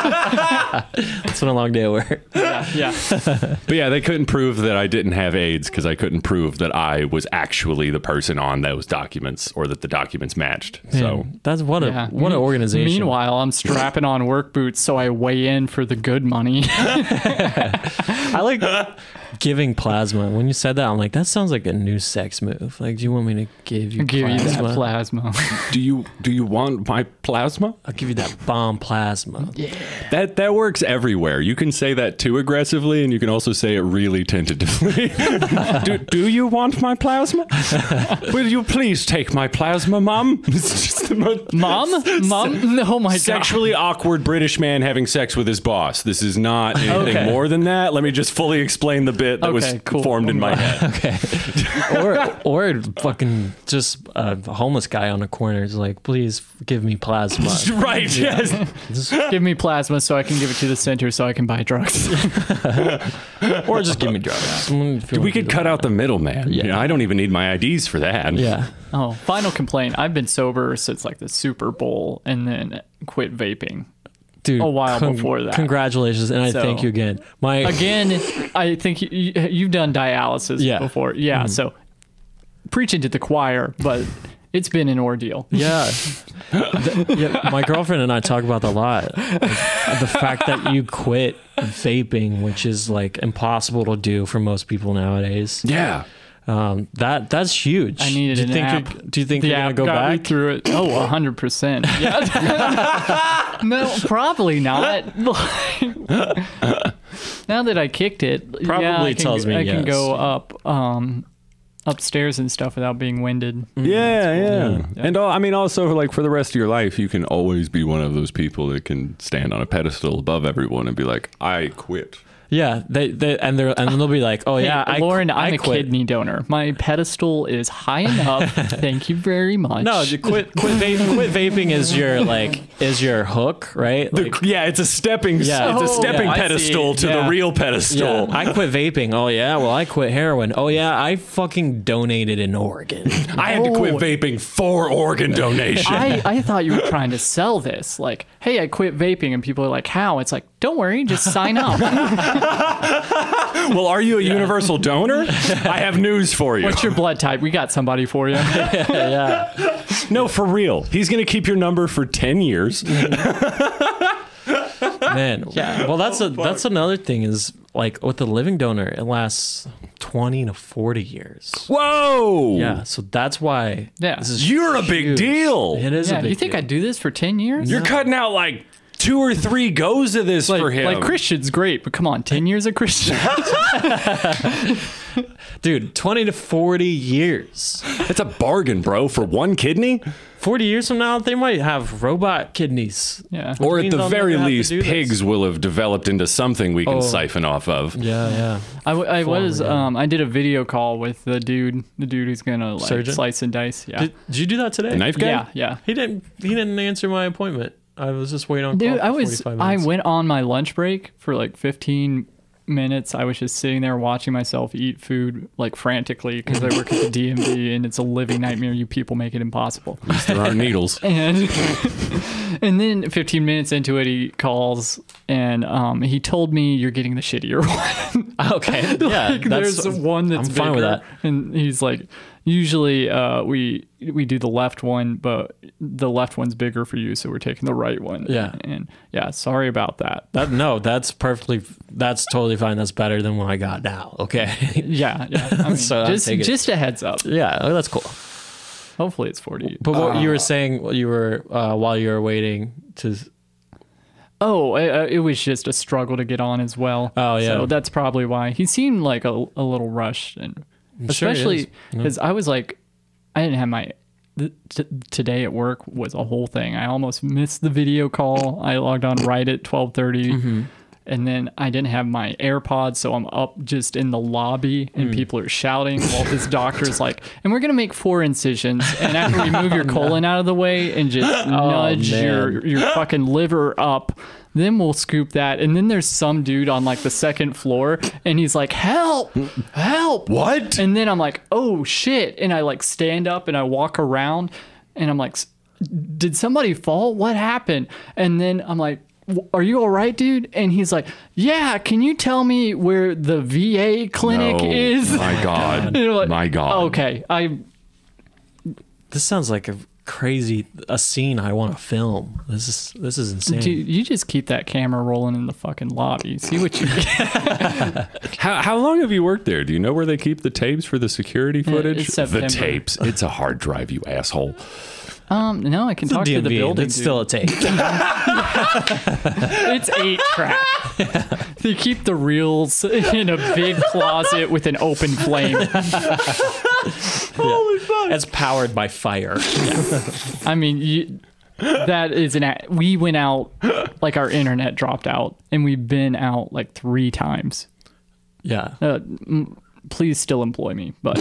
Speaker 3: It's been a long day at work.
Speaker 1: yeah, yeah.
Speaker 2: But yeah, they couldn't prove that I didn't have AIDS because I couldn't prove that I was actually the person on those documents or that the documents matched. So
Speaker 3: Man, that's what a
Speaker 1: yeah.
Speaker 3: what an
Speaker 1: Me-
Speaker 3: organization.
Speaker 1: Meanwhile, I'm strapping on work boots so I weigh in for the good money.
Speaker 3: I like giving plasma. When you said that, I'm like, that sounds like a new sex move. Like, do you want me to give you
Speaker 1: Give you
Speaker 3: plasma?
Speaker 1: that plasma.
Speaker 2: do you do you want my plasma?
Speaker 3: I'll give you that bomb plasma.
Speaker 2: That that works everywhere. You can say that too aggressively, and you can also say it really tentatively. do, do you want my plasma? Will you please take my plasma, Mom? It's just the most
Speaker 1: Mom, mom. No, oh my God.
Speaker 2: sexually awkward British man having sex with his boss. This is not anything
Speaker 1: Okay.
Speaker 2: more than that. Let me just fully explain the bit that was
Speaker 1: Okay, cool.
Speaker 2: formed in my head.
Speaker 3: Okay. or or fucking just a homeless guy on the corner is like, please give me plasma.
Speaker 2: Right. Yes.
Speaker 1: Give me plasma so I can give it to the center so I can buy drugs.
Speaker 3: or just give me drugs.
Speaker 2: We could cut out the middleman.
Speaker 3: Yeah.
Speaker 2: You know, I don't even need my IDs for that.
Speaker 3: Yeah.
Speaker 1: Oh, final complaint. I've been sober since like the Super Bowl and then quit vaping.
Speaker 3: dude,
Speaker 1: a while before that.
Speaker 3: Congratulations, and I
Speaker 1: So-
Speaker 3: thank you again. My
Speaker 1: Again, I think you, you, you've done dialysis
Speaker 3: Yeah. Mm-hmm.
Speaker 1: before. Yeah. So preaching to the choir, but it's been an ordeal.
Speaker 3: yeah, Th- yeah, my girlfriend and I talk about that a lot. Like, the fact that you quit vaping, which is like impossible to do for most people nowadays.
Speaker 2: Yeah.
Speaker 3: Um, that that's huge.
Speaker 1: I needed
Speaker 3: do you
Speaker 1: an
Speaker 3: think
Speaker 1: app.
Speaker 3: You're, do you think
Speaker 1: The
Speaker 3: you're gonna
Speaker 1: app
Speaker 3: go
Speaker 1: got me
Speaker 3: back?
Speaker 1: through it. Oh, 100%. Yeah. no, probably not. now that I kicked it, yeah,
Speaker 3: Probably
Speaker 1: I can,
Speaker 3: tells me
Speaker 1: I can
Speaker 3: yes.
Speaker 1: go up um, upstairs and stuff without being winded.
Speaker 2: Yeah, yeah. And all, I mean, also, like, for the rest of your life, you can always be one of those people that can stand on a pedestal above everyone and be like, I quit.
Speaker 3: Yeah, they, they and they are and they'll be like, oh
Speaker 1: Hey,
Speaker 3: yeah, I,
Speaker 1: Lauren,
Speaker 3: I
Speaker 1: I'm a
Speaker 3: quit.
Speaker 1: kidney donor. My pedestal is high enough. Thank you very much.
Speaker 3: No, you quit quit, va- quit vaping is your like is your hook, right? Like,
Speaker 2: yeah, it's a stepping,
Speaker 3: Yeah.
Speaker 2: it's a
Speaker 3: Oh,
Speaker 2: stepping
Speaker 3: yeah, I see.
Speaker 2: pedestal to
Speaker 1: Yeah.
Speaker 2: the real
Speaker 3: yeah,
Speaker 2: pedestal.
Speaker 3: I quit vaping. Oh yeah, well I quit heroin. Oh yeah, I fucking donated in Oregon.
Speaker 2: I had to quit vaping for organ donation.
Speaker 1: I, I thought you were trying to sell this. Like, hey, I quit vaping, and people are like, how? It's like, don't worry, just sign up.
Speaker 2: well, are you a universal donor? I have news for you.
Speaker 1: What's your blood type? We got somebody for you.
Speaker 3: yeah,
Speaker 2: No, for real. He's going to keep your number for 10 years.
Speaker 3: man. Yeah. Well, that's a that's another thing is like with the living donor, it lasts twenty to forty years.
Speaker 2: Whoa.
Speaker 3: Yeah, so that's why.
Speaker 1: Yeah.
Speaker 3: this is
Speaker 2: You're a big
Speaker 3: huge.
Speaker 2: deal.
Speaker 3: It is.
Speaker 1: yeah,
Speaker 3: a
Speaker 1: do
Speaker 3: big
Speaker 1: you think
Speaker 3: deal.
Speaker 1: I'd do this for ten years?
Speaker 2: You're cutting out like two or three goes of this
Speaker 1: like,
Speaker 2: for him.
Speaker 1: like Christian's great, but come on, ten years of Christian.
Speaker 3: dude? Twenty to forty years.
Speaker 2: It's a bargain, bro, for one kidney,
Speaker 3: Forty years from now, they might have robot kidneys.
Speaker 1: yeah.
Speaker 2: or
Speaker 3: means
Speaker 2: at the
Speaker 3: I'll never
Speaker 2: very
Speaker 3: have to
Speaker 2: least,
Speaker 3: do this.
Speaker 2: pigs will have developed into something we can
Speaker 3: Oh.
Speaker 2: siphon off of.
Speaker 3: Yeah, yeah.
Speaker 1: I, w- I was
Speaker 3: Forward.
Speaker 1: um I did a video call with the dude, the dude who's gonna like
Speaker 3: Surgeon?
Speaker 1: slice and dice. Yeah.
Speaker 3: Did, did you do that today?
Speaker 2: The knife guy.
Speaker 1: yeah, yeah.
Speaker 3: He didn't. He didn't answer my appointment. I was just waiting on.
Speaker 1: Dude,
Speaker 3: call for
Speaker 1: I was
Speaker 3: 45
Speaker 1: I
Speaker 3: minutes.
Speaker 1: went on my lunch break for like 15 minutes. I was just sitting there watching myself eat food like frantically because I work at the DMV and it's a living nightmare. You people make it impossible.
Speaker 2: There are needles.
Speaker 1: And and then 15 minutes into it, he calls and um, he told me you're getting the shittier one.
Speaker 3: Okay. Yeah.
Speaker 1: Like,
Speaker 3: that's,
Speaker 1: there's one that's
Speaker 3: I'm fine with
Speaker 1: bigger,
Speaker 3: that.
Speaker 1: and he's like usually uh we we do the left one but the left one's bigger for you so we're taking the right one
Speaker 3: Yeah.
Speaker 1: and yeah sorry about that
Speaker 3: That no. That's perfectly. That's totally fine. That's better than what I got now. Okay.
Speaker 1: yeah yeah I mean,
Speaker 3: So I'll
Speaker 1: just
Speaker 3: take it.
Speaker 1: just a heads up
Speaker 3: yeah. oh, That's cool.
Speaker 1: hopefully it's 40
Speaker 3: But what you were
Speaker 1: Uh,
Speaker 3: saying, what you were uh, while you were waiting to.
Speaker 1: oh uh, it was just a struggle to get on as well
Speaker 3: Oh, yeah.
Speaker 1: so that's probably why he seemed like a, a little rushed and
Speaker 3: sure he is.
Speaker 1: especially because i was like i didn't have my th- t- today at work was a whole thing i almost missed the video call i logged on right at 1230
Speaker 3: Mm-hmm.
Speaker 1: and then i didn't have my airpods so i'm up just in the lobby
Speaker 3: Mm.
Speaker 1: and people are shouting while this doctor's like and we're going to make four incisions and after we move your colon out of the way and just
Speaker 3: Oh,
Speaker 1: nudge your your fucking liver up then we'll scoop that and then there's some dude on like the second floor and he's like help help
Speaker 2: What?
Speaker 1: and then I'm like, oh shit. And I like stand up and I walk around and I'm like, "S- did somebody fall? What happened? And then I'm like, "W- are you all right, dude? And he's like, yeah, can you tell me where the VA clinic
Speaker 2: No.
Speaker 1: is?
Speaker 2: Oh my God.
Speaker 1: And you're like,
Speaker 2: my God.
Speaker 1: Okay. I,
Speaker 3: This sounds like a crazy a scene I want to film. This is this is insane.
Speaker 1: dude, you just keep that camera rolling in the fucking lobby. See what you get.
Speaker 2: How, how long have you worked there? Do you know where they keep the tapes for the security footage?
Speaker 1: it's
Speaker 2: the
Speaker 1: September.
Speaker 2: tapes. It's a hard drive, you asshole.
Speaker 1: Um, no, I can talk to
Speaker 3: DMV,
Speaker 1: the building.
Speaker 3: It's
Speaker 1: dude.
Speaker 3: still a tape.
Speaker 1: It's eight track. They keep the reels in a big closet with an open flame.
Speaker 3: it's powered by fire.
Speaker 1: I mean, you, that is an. a- We went out, like our internet dropped out, and we've been out like three times.
Speaker 3: Yeah.
Speaker 1: Uh, m- please still employ me, but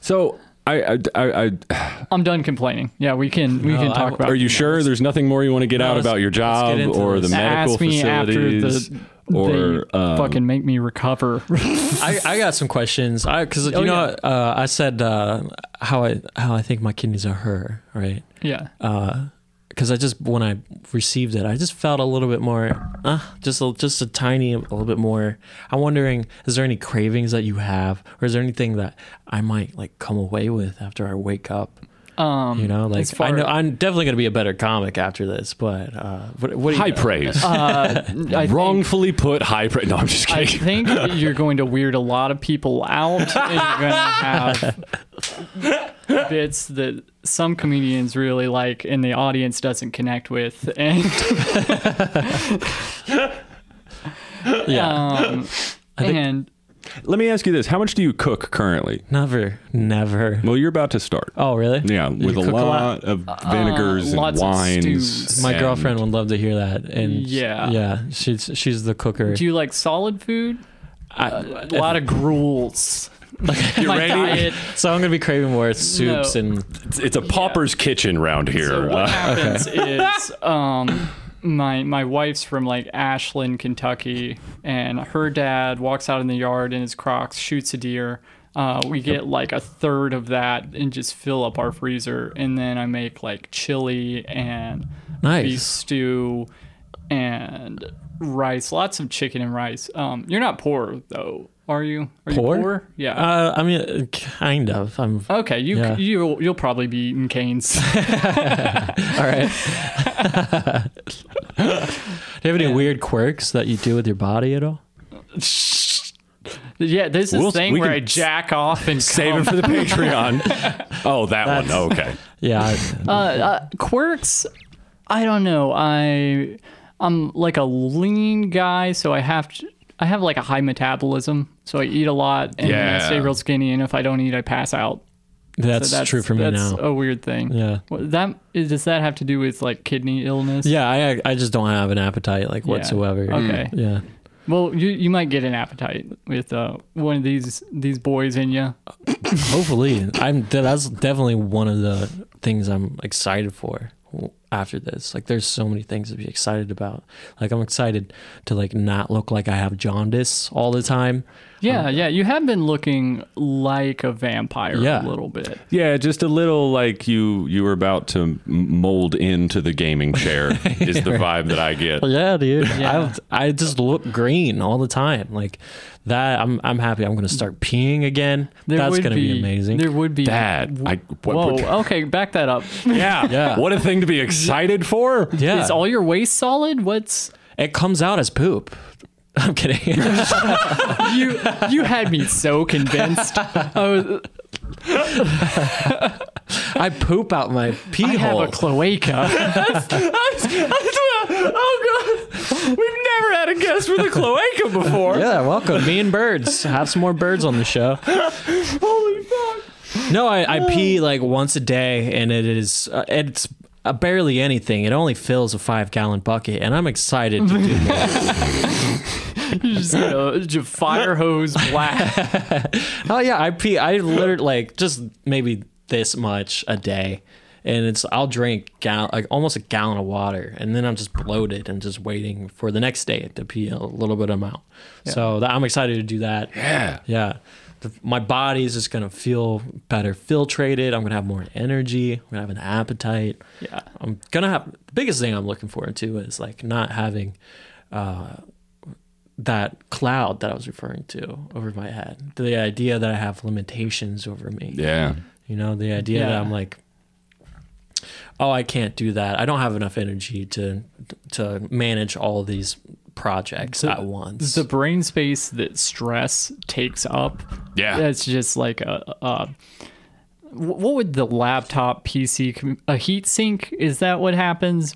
Speaker 2: So, I, I, I, I
Speaker 1: I'm done complaining. Yeah, we can we can
Speaker 3: I
Speaker 1: talk
Speaker 3: don't-
Speaker 1: about.
Speaker 2: are you sure there's nothing more you want to get out
Speaker 3: let's-
Speaker 2: about your
Speaker 3: let's get
Speaker 2: job
Speaker 3: into
Speaker 2: or
Speaker 3: this.
Speaker 2: the medical
Speaker 1: Ask me after
Speaker 2: facilities?
Speaker 1: the.
Speaker 2: or
Speaker 1: they
Speaker 2: um,
Speaker 1: fucking make me recover.
Speaker 3: I, I got some questions. I because you
Speaker 1: Oh,
Speaker 3: know uh, I said uh, how I how I think my kidneys are her right
Speaker 1: yeah.
Speaker 3: because because I just when I received it, I just felt a little bit more, uh, just a, just a tiny, a little bit more. I'm wondering, is there any cravings that you have, or is there anything that I might like come away with after I wake up?
Speaker 1: Um,
Speaker 3: You know,
Speaker 1: as
Speaker 3: like
Speaker 1: far
Speaker 3: I know I'm definitely gonna be a better comic after this, but uh, what, what do you Uh,
Speaker 2: High praise.
Speaker 1: I think-
Speaker 2: Wrongfully put high praise. No, I'm just
Speaker 1: I
Speaker 2: kidding.
Speaker 1: think you're going to weird a lot of people out. And you're going to have bits that some comedians really like and the audience doesn't connect with. And
Speaker 3: Yeah,
Speaker 1: um, and
Speaker 2: Let me ask you this: How much do you cook currently?
Speaker 3: never, never.
Speaker 2: Well, you're about to start.
Speaker 3: Oh, really?
Speaker 2: Yeah, with a
Speaker 3: cook a
Speaker 2: lot,
Speaker 3: lot?
Speaker 2: of vinegars and
Speaker 1: Uh, lots of
Speaker 2: wines.
Speaker 1: stews.
Speaker 3: My
Speaker 2: and-
Speaker 3: girlfriend would love to hear that, and
Speaker 1: Yeah.
Speaker 3: yeah, she's she's the cooker.
Speaker 1: do you like solid food?
Speaker 3: I-
Speaker 1: A lot of gruels.
Speaker 2: You
Speaker 1: My
Speaker 2: ready?
Speaker 1: diet.
Speaker 3: so I'm gonna be craving more soups
Speaker 1: No.
Speaker 3: and
Speaker 2: It's, it's a pauper's kitchen round here.
Speaker 1: So what
Speaker 2: Uh,
Speaker 1: happens is um, my my wife's from like Ashland, Kentucky, and her dad walks out in the yard in his Crocs, shoots a deer. Uh, we get like a third of that and just fill up our freezer, and then I make like chili and
Speaker 3: Nice.
Speaker 1: beef stew and rice, lots of chicken and rice. Um, you're not poor though, are you? Are
Speaker 3: Poor?
Speaker 1: you poor? Yeah.
Speaker 3: Uh, I mean, kind of. I'm
Speaker 1: okay, you
Speaker 3: yeah.
Speaker 1: you you'll probably be eating canes.
Speaker 3: all right. do you have any weird quirks that you do with your body at all?
Speaker 1: Yeah, there's this
Speaker 2: We'll-
Speaker 1: thing
Speaker 2: we
Speaker 1: where
Speaker 2: can
Speaker 1: I jack off and
Speaker 2: Save it for
Speaker 1: Oh.
Speaker 2: the Patreon. oh, that one. Okay.
Speaker 3: Yeah, I,
Speaker 1: uh, uh, quirks. I don't know. I I'm like a lean guy, so I have to. I have like a high metabolism, so I eat a lot and then I
Speaker 2: Yeah.
Speaker 1: stay real skinny. And if I don't eat, I pass out. So
Speaker 3: that's, true for me
Speaker 1: that's
Speaker 3: now.
Speaker 1: a weird thing.
Speaker 3: Yeah.
Speaker 1: Well, that is, does that have to do with like kidney illness?
Speaker 3: yeah, I I just don't have an appetite like whatsoever. Mm.
Speaker 1: Okay.
Speaker 3: Yeah.
Speaker 1: Well, you you might get an appetite with uh, one of these these boys in you.
Speaker 3: Hopefully, I'm. That's definitely one of the things I'm excited for after this. Like, there's so many things to be excited about. Like, I'm excited to like not look like I have jaundice all the time.
Speaker 1: Yeah,
Speaker 3: Oh,
Speaker 1: yeah. You have been looking like a vampire
Speaker 3: Yeah.
Speaker 1: a little bit.
Speaker 2: Yeah, just a little like you you were about to m- mold into the gaming chair is the vibe that I get.
Speaker 3: Yeah, dude.
Speaker 1: Yeah.
Speaker 3: I I just look green all the time. Like that. I'm I'm happy. I'm gonna start peeing again.
Speaker 1: There
Speaker 3: That's
Speaker 1: would
Speaker 3: gonna be, amazing.
Speaker 1: There would be
Speaker 2: That I what,
Speaker 1: Whoa, okay, back that up.
Speaker 2: yeah
Speaker 3: Yeah.
Speaker 2: What a thing to be excited for.
Speaker 3: yeah,
Speaker 1: Is all your waste solid? What's
Speaker 3: it comes out as poop. I'm kidding.
Speaker 1: you you had me so convinced. Oh, I, was,
Speaker 3: I poop out my pee
Speaker 1: I have
Speaker 3: hole.
Speaker 1: a cloaca.
Speaker 2: oh god, we've never had a guest with a cloaca before.
Speaker 3: yeah, welcome. Me and birds. Have some more birds on the show.
Speaker 2: Holy fuck.
Speaker 3: No, I, I pee like once a day, and it is uh, it's uh, barely anything. It only fills a five gallon bucket, and I'm excited to do more.
Speaker 1: You just, you know, just fire hose black.
Speaker 3: Oh yeah, I pee. I literally like just maybe this much a day, and it's I'll drink gal- like almost a gallon of water, and then I'm just bloated and just waiting for the next day to pee a little bit amount. So that, I'm excited to do that.
Speaker 2: Yeah.
Speaker 3: Yeah. The, my body's just gonna feel better filtrated. I'm gonna have more energy. I'm gonna have an appetite.
Speaker 1: Yeah.
Speaker 3: I'm gonna have the biggest thing I'm looking forward to is like not having uh, that cloud that I was referring to over my head. The idea that I have limitations over me.
Speaker 2: Yeah.
Speaker 3: You know, the idea that
Speaker 1: Yeah.
Speaker 3: I'm like, oh, I can't do that. I don't have enough energy to to manage all these projects at once.
Speaker 1: The brain space that stress takes up.
Speaker 2: Yeah.
Speaker 1: That's just like a. a wh- what would the laptop PC com- a heat sink? Is that what happens?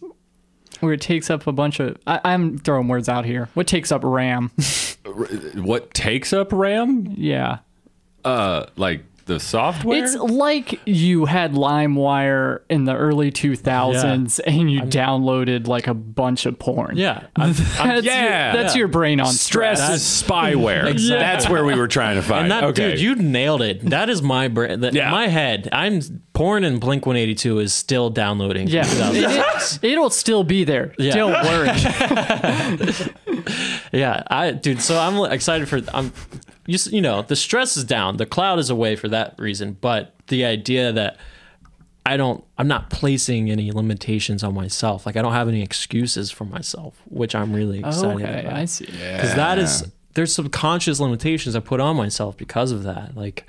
Speaker 1: Where it takes up a bunch of I, I'm throwing words out here. What takes up RAM?
Speaker 2: What takes up RAM?
Speaker 1: yeah.
Speaker 2: Uh, like the software.
Speaker 1: It's like you had LimeWire in the early 2000s and you downloaded like a bunch of porn.
Speaker 3: yeah. I'm-
Speaker 1: That's,
Speaker 2: Yeah.
Speaker 1: your, that's your brain on
Speaker 2: Stress
Speaker 1: stress.
Speaker 2: is spyware.
Speaker 3: Exactly.
Speaker 2: That's where we were trying to find.
Speaker 3: And that,
Speaker 2: okay.
Speaker 3: dude, you nailed it. That is my brain. That,
Speaker 2: Yeah.
Speaker 3: My head. I'm porn and Blink 182 is still downloading.
Speaker 1: Yeah.
Speaker 3: 2000.
Speaker 1: It, will still be there.
Speaker 3: Yeah.
Speaker 1: Don't worry.
Speaker 3: yeah. I, dude. So I'm excited for. I'm, you, s- you know, the stress is down. The cloud is away for that reason. But the idea that I don't I'm not placing any limitations on myself. Like I don't have any excuses for myself, which I'm really excited
Speaker 1: Oh, okay,
Speaker 3: about
Speaker 1: I see.
Speaker 3: because that is there's subconscious limitations I put on myself because of that. Like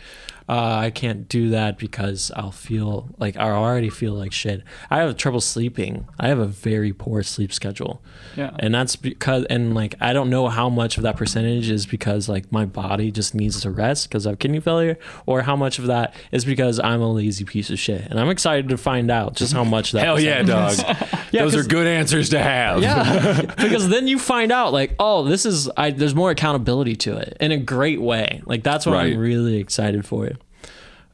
Speaker 3: uh, I can't do that because I'll feel like I already feel like shit. I have trouble sleeping. I have a very poor sleep schedule.
Speaker 1: Yeah.
Speaker 3: And that's because and like I don't know how much of that percentage is because like my body just needs to rest because I have kidney failure or how much of that is because I'm a lazy piece of shit. And I'm excited to find out just how much that
Speaker 2: Hell yeah,
Speaker 3: percentage
Speaker 2: dog. Those are
Speaker 3: 'cause-
Speaker 2: good answers to have.
Speaker 3: yeah, because then you find out like, oh, this is I. There's more accountability to it in a great way. Like that's what
Speaker 2: Right.
Speaker 3: I'm really excited for.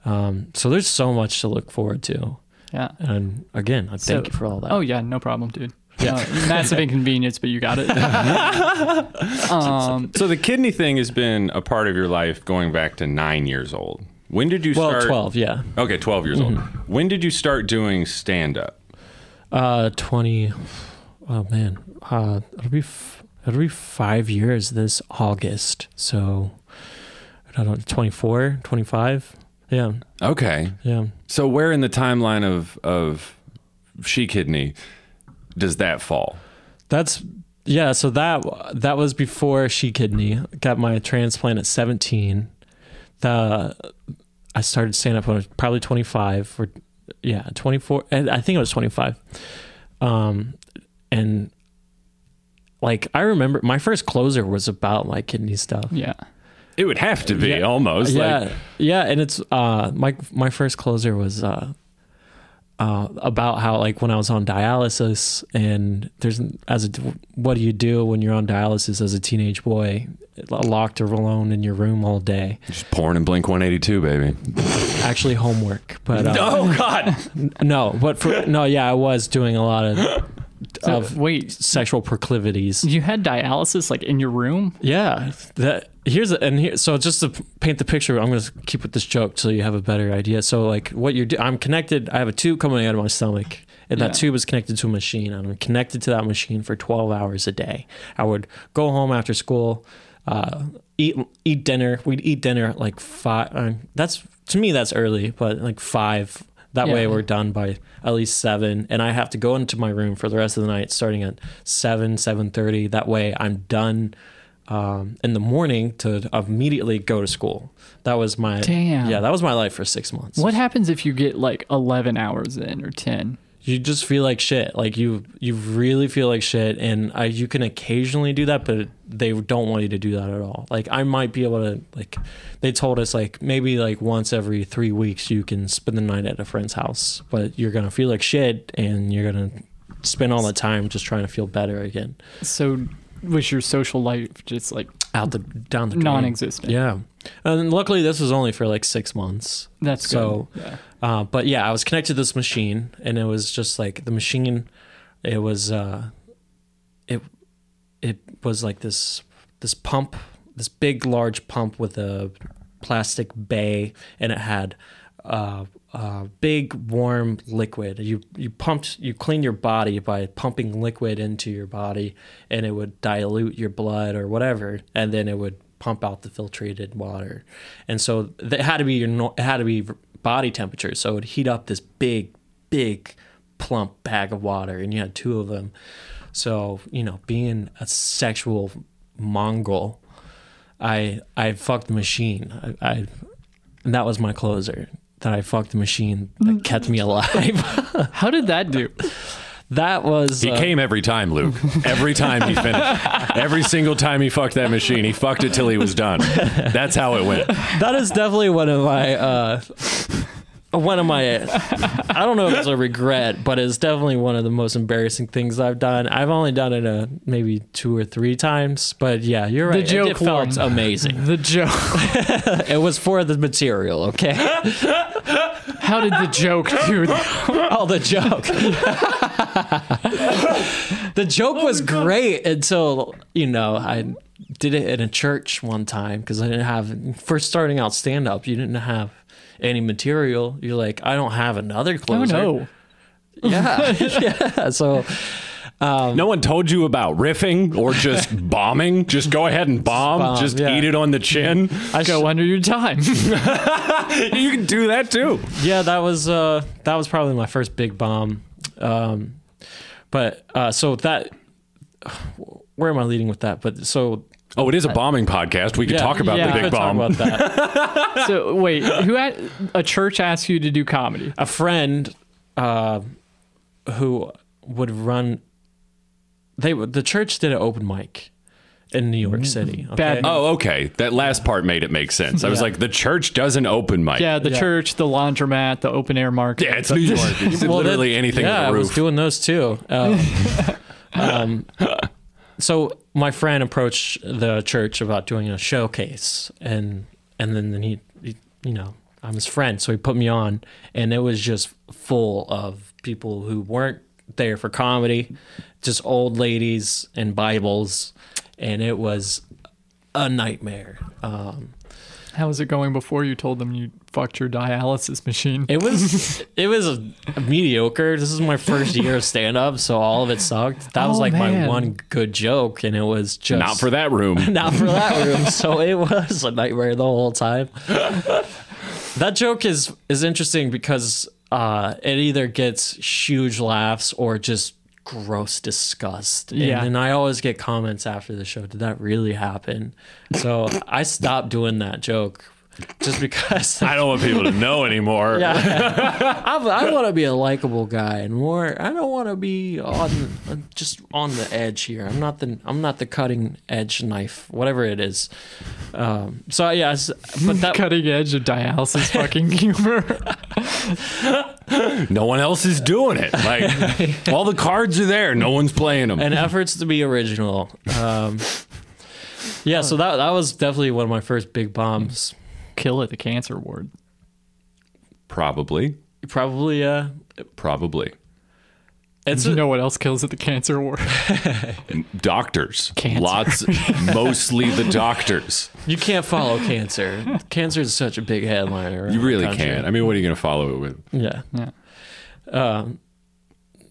Speaker 3: Um, so there's so much to look forward to,
Speaker 1: Yeah.
Speaker 3: and again, I thank you for all that.
Speaker 1: Oh yeah, no problem, dude. Yeah. massive inconvenience, but you got it. um,
Speaker 2: So the kidney thing has been a part of your life going back to nine years old. When did you
Speaker 3: well,
Speaker 2: start?
Speaker 3: twelve, Mm-hmm. yeah,
Speaker 2: Okay, 12 years old. When did you start doing stand up?
Speaker 3: uh, twenty. Oh man, uh, it'll be f- it'll be five years this August. So I don't know, 24, 25. Yeah,
Speaker 2: Okay.
Speaker 3: yeah.
Speaker 2: So where in the timeline of of she kidney does that fall?
Speaker 3: That's yeah. So that that was before she kidney got my transplant at seventeen. The I started stand up when I was probably twenty five or yeah twenty four. I think it was twenty five. Um, and like I remember my first closer was about my kidney stuff.
Speaker 1: yeah.
Speaker 2: It would have to be almost.
Speaker 3: Yeah,
Speaker 2: Like,
Speaker 3: yeah, and it's uh my my first closer was uh uh about how like when I was on dialysis and there's as a what do you do when you're on dialysis as a teenage boy locked or alone in your room all day
Speaker 2: just porn and Blink 182, baby.
Speaker 3: actually homework but uh,
Speaker 2: Oh God.
Speaker 3: no but for no yeah I was doing a lot of
Speaker 1: So,
Speaker 3: of
Speaker 1: wait,
Speaker 3: sexual proclivities
Speaker 1: you had dialysis like in your room?
Speaker 3: Yeah, that here's a, and here so just to paint the picture, I'm going to keep with this joke till you have a better idea. So like what you're do, I'm connected. I have a tube coming out of my stomach, and
Speaker 1: Yeah.
Speaker 3: that tube is connected to a machine, and I'm connected to that machine for 12 hours a day. I would go home after school, uh, eat eat dinner. We'd eat dinner at like five. Uh, that's to me that's early, but like five. That
Speaker 1: Yeah.
Speaker 3: way we're done by at least seven, and I have to go into my room for the rest of the night, starting at seven, seven thirty. That way I'm done um, in the morning to immediately go to school. That was my
Speaker 1: Damn.
Speaker 3: Yeah, that was my life for six months.
Speaker 1: What happens if you get like 11 hours in or 10?
Speaker 3: You just feel like shit. Like you, you really feel like shit, and I, you can occasionally do that, but they don't want you to do that at all. Like I might be able to, like, they told us like maybe like once every three weeks you can spend the night at a friend's house, but you're gonna feel like shit, and you're gonna spend all the time just trying to feel better again.
Speaker 1: So was your social life just like
Speaker 3: Out the down the drain.
Speaker 1: non-existent?
Speaker 3: Yeah, and luckily this was only for like six months.
Speaker 1: That's good.
Speaker 3: So-
Speaker 1: Yeah.
Speaker 3: Uh, but yeah, I was connected to this machine, and it was just like the machine. It was uh, it it was like this this pump, this big large pump with a plastic bay, and it had uh, uh, big warm liquid. You you pumped you clean your body by pumping liquid into your body, and it would dilute your blood or whatever, and then it would pump out the filtrated water. And so th- it had to be your nor- it had to be body temperature, so it would heat up this big big plump bag of water and you had two of them so you know being a sexual mongol i i fucked the machine i, I and that was my closer that i fucked the machine that kept me alive
Speaker 1: How did that do?
Speaker 3: that was
Speaker 2: He
Speaker 3: uh,
Speaker 2: came every time, Luke. Every time he finished. Every single time he fucked that machine, he fucked it till he was done. That's how it went.
Speaker 3: that is definitely one of my uh one of my i don't know if it's a regret but it's definitely one of the most embarrassing things i've done i've only done it uh maybe two or three times but yeah you're right It-
Speaker 1: joke
Speaker 3: it felt
Speaker 1: one.
Speaker 3: amazing
Speaker 1: The joke.
Speaker 3: It was for the material, okay?
Speaker 1: How did the joke do?
Speaker 3: oh, the joke. the joke was great until, you know, I did it in a church one time because I didn't have, first starting out stand up, you didn't have any material. You're like, I don't have another
Speaker 1: Oh
Speaker 3: closer.
Speaker 1: no.
Speaker 3: Yeah. yeah. So
Speaker 2: no one told you about riffing or just bombing. Just go ahead and bomb.
Speaker 3: bomb,
Speaker 2: just
Speaker 3: yeah.
Speaker 2: eat it on the chin.
Speaker 3: I
Speaker 1: Go under your time.
Speaker 2: you can do that too.
Speaker 3: yeah, that was uh, that was probably my first big bomb. Um, but uh, so that where am I leading with that? But so
Speaker 2: Oh, it is a bombing podcast. We could
Speaker 3: yeah,
Speaker 2: talk about
Speaker 1: yeah.
Speaker 2: the
Speaker 1: We
Speaker 2: big
Speaker 1: could
Speaker 3: talk
Speaker 2: bomb.
Speaker 3: about that.
Speaker 1: so wait, who at a church asked you to do comedy?
Speaker 3: A friend uh, who would run they would- the church did an open mic in New York City.
Speaker 1: Bad
Speaker 3: okay?
Speaker 2: oh, okay. That last part made it make sense. I was
Speaker 3: Yeah.
Speaker 2: like, the church does an open mic.
Speaker 1: Yeah, the
Speaker 3: Yeah.
Speaker 1: church, the laundromat, the open air market.
Speaker 2: Yeah, it's New York. It's
Speaker 3: Well, that-
Speaker 2: literally anything
Speaker 3: Yeah,
Speaker 2: with a
Speaker 3: I
Speaker 2: roof.
Speaker 3: was doing those too. Um, um, so my friend approached the church about doing a showcase, and and then, then he, he, you know, I'm his friend, so he put me on, and it was just full of people who weren't there for comedy, just old ladies and Bibles, and it was a nightmare. Um,
Speaker 1: How was it going before you told them you fucked your dialysis machine?
Speaker 3: It was it was a, mediocre. This is my first year of stand up, so all of it sucked. That was
Speaker 1: Oh,
Speaker 3: like
Speaker 1: man.
Speaker 3: my one good joke, and it was just
Speaker 2: Not for that room.
Speaker 3: not for that room. So it was a nightmare the whole time. that joke is is interesting because uh, it either gets huge laughs or just gross disgust. And,
Speaker 1: Yeah.
Speaker 3: and I always get comments after the show. Did that really happen? So I stopped doing that joke just because
Speaker 2: I don't want people to know anymore.
Speaker 3: yeah. I, I want to be a likable guy and more. I don't want to be on uh, just on the edge here. I'm not the I'm not the cutting edge knife, whatever it is. Um, so yeah, s- but that
Speaker 1: Cutting edge of dialysis fucking humor.
Speaker 2: No one else is doing it. Like all the cards are there. No one's playing them.
Speaker 3: and efforts to be original. Um, yeah, so that that was definitely one of my first big bombs.
Speaker 1: Kill at the cancer ward.
Speaker 2: probably,
Speaker 3: Probably uh,
Speaker 2: probably
Speaker 3: it's
Speaker 1: Do you know what else kills at the cancer ward?
Speaker 2: doctors.
Speaker 1: Cancer.
Speaker 2: Lots, mostly the doctors.
Speaker 3: you can't follow cancer. Cancer is such a big headline. around
Speaker 2: You
Speaker 3: the
Speaker 2: really
Speaker 3: country.
Speaker 2: can. I mean, what are you going to follow it with?
Speaker 3: Yeah.
Speaker 1: Yeah.
Speaker 3: Um,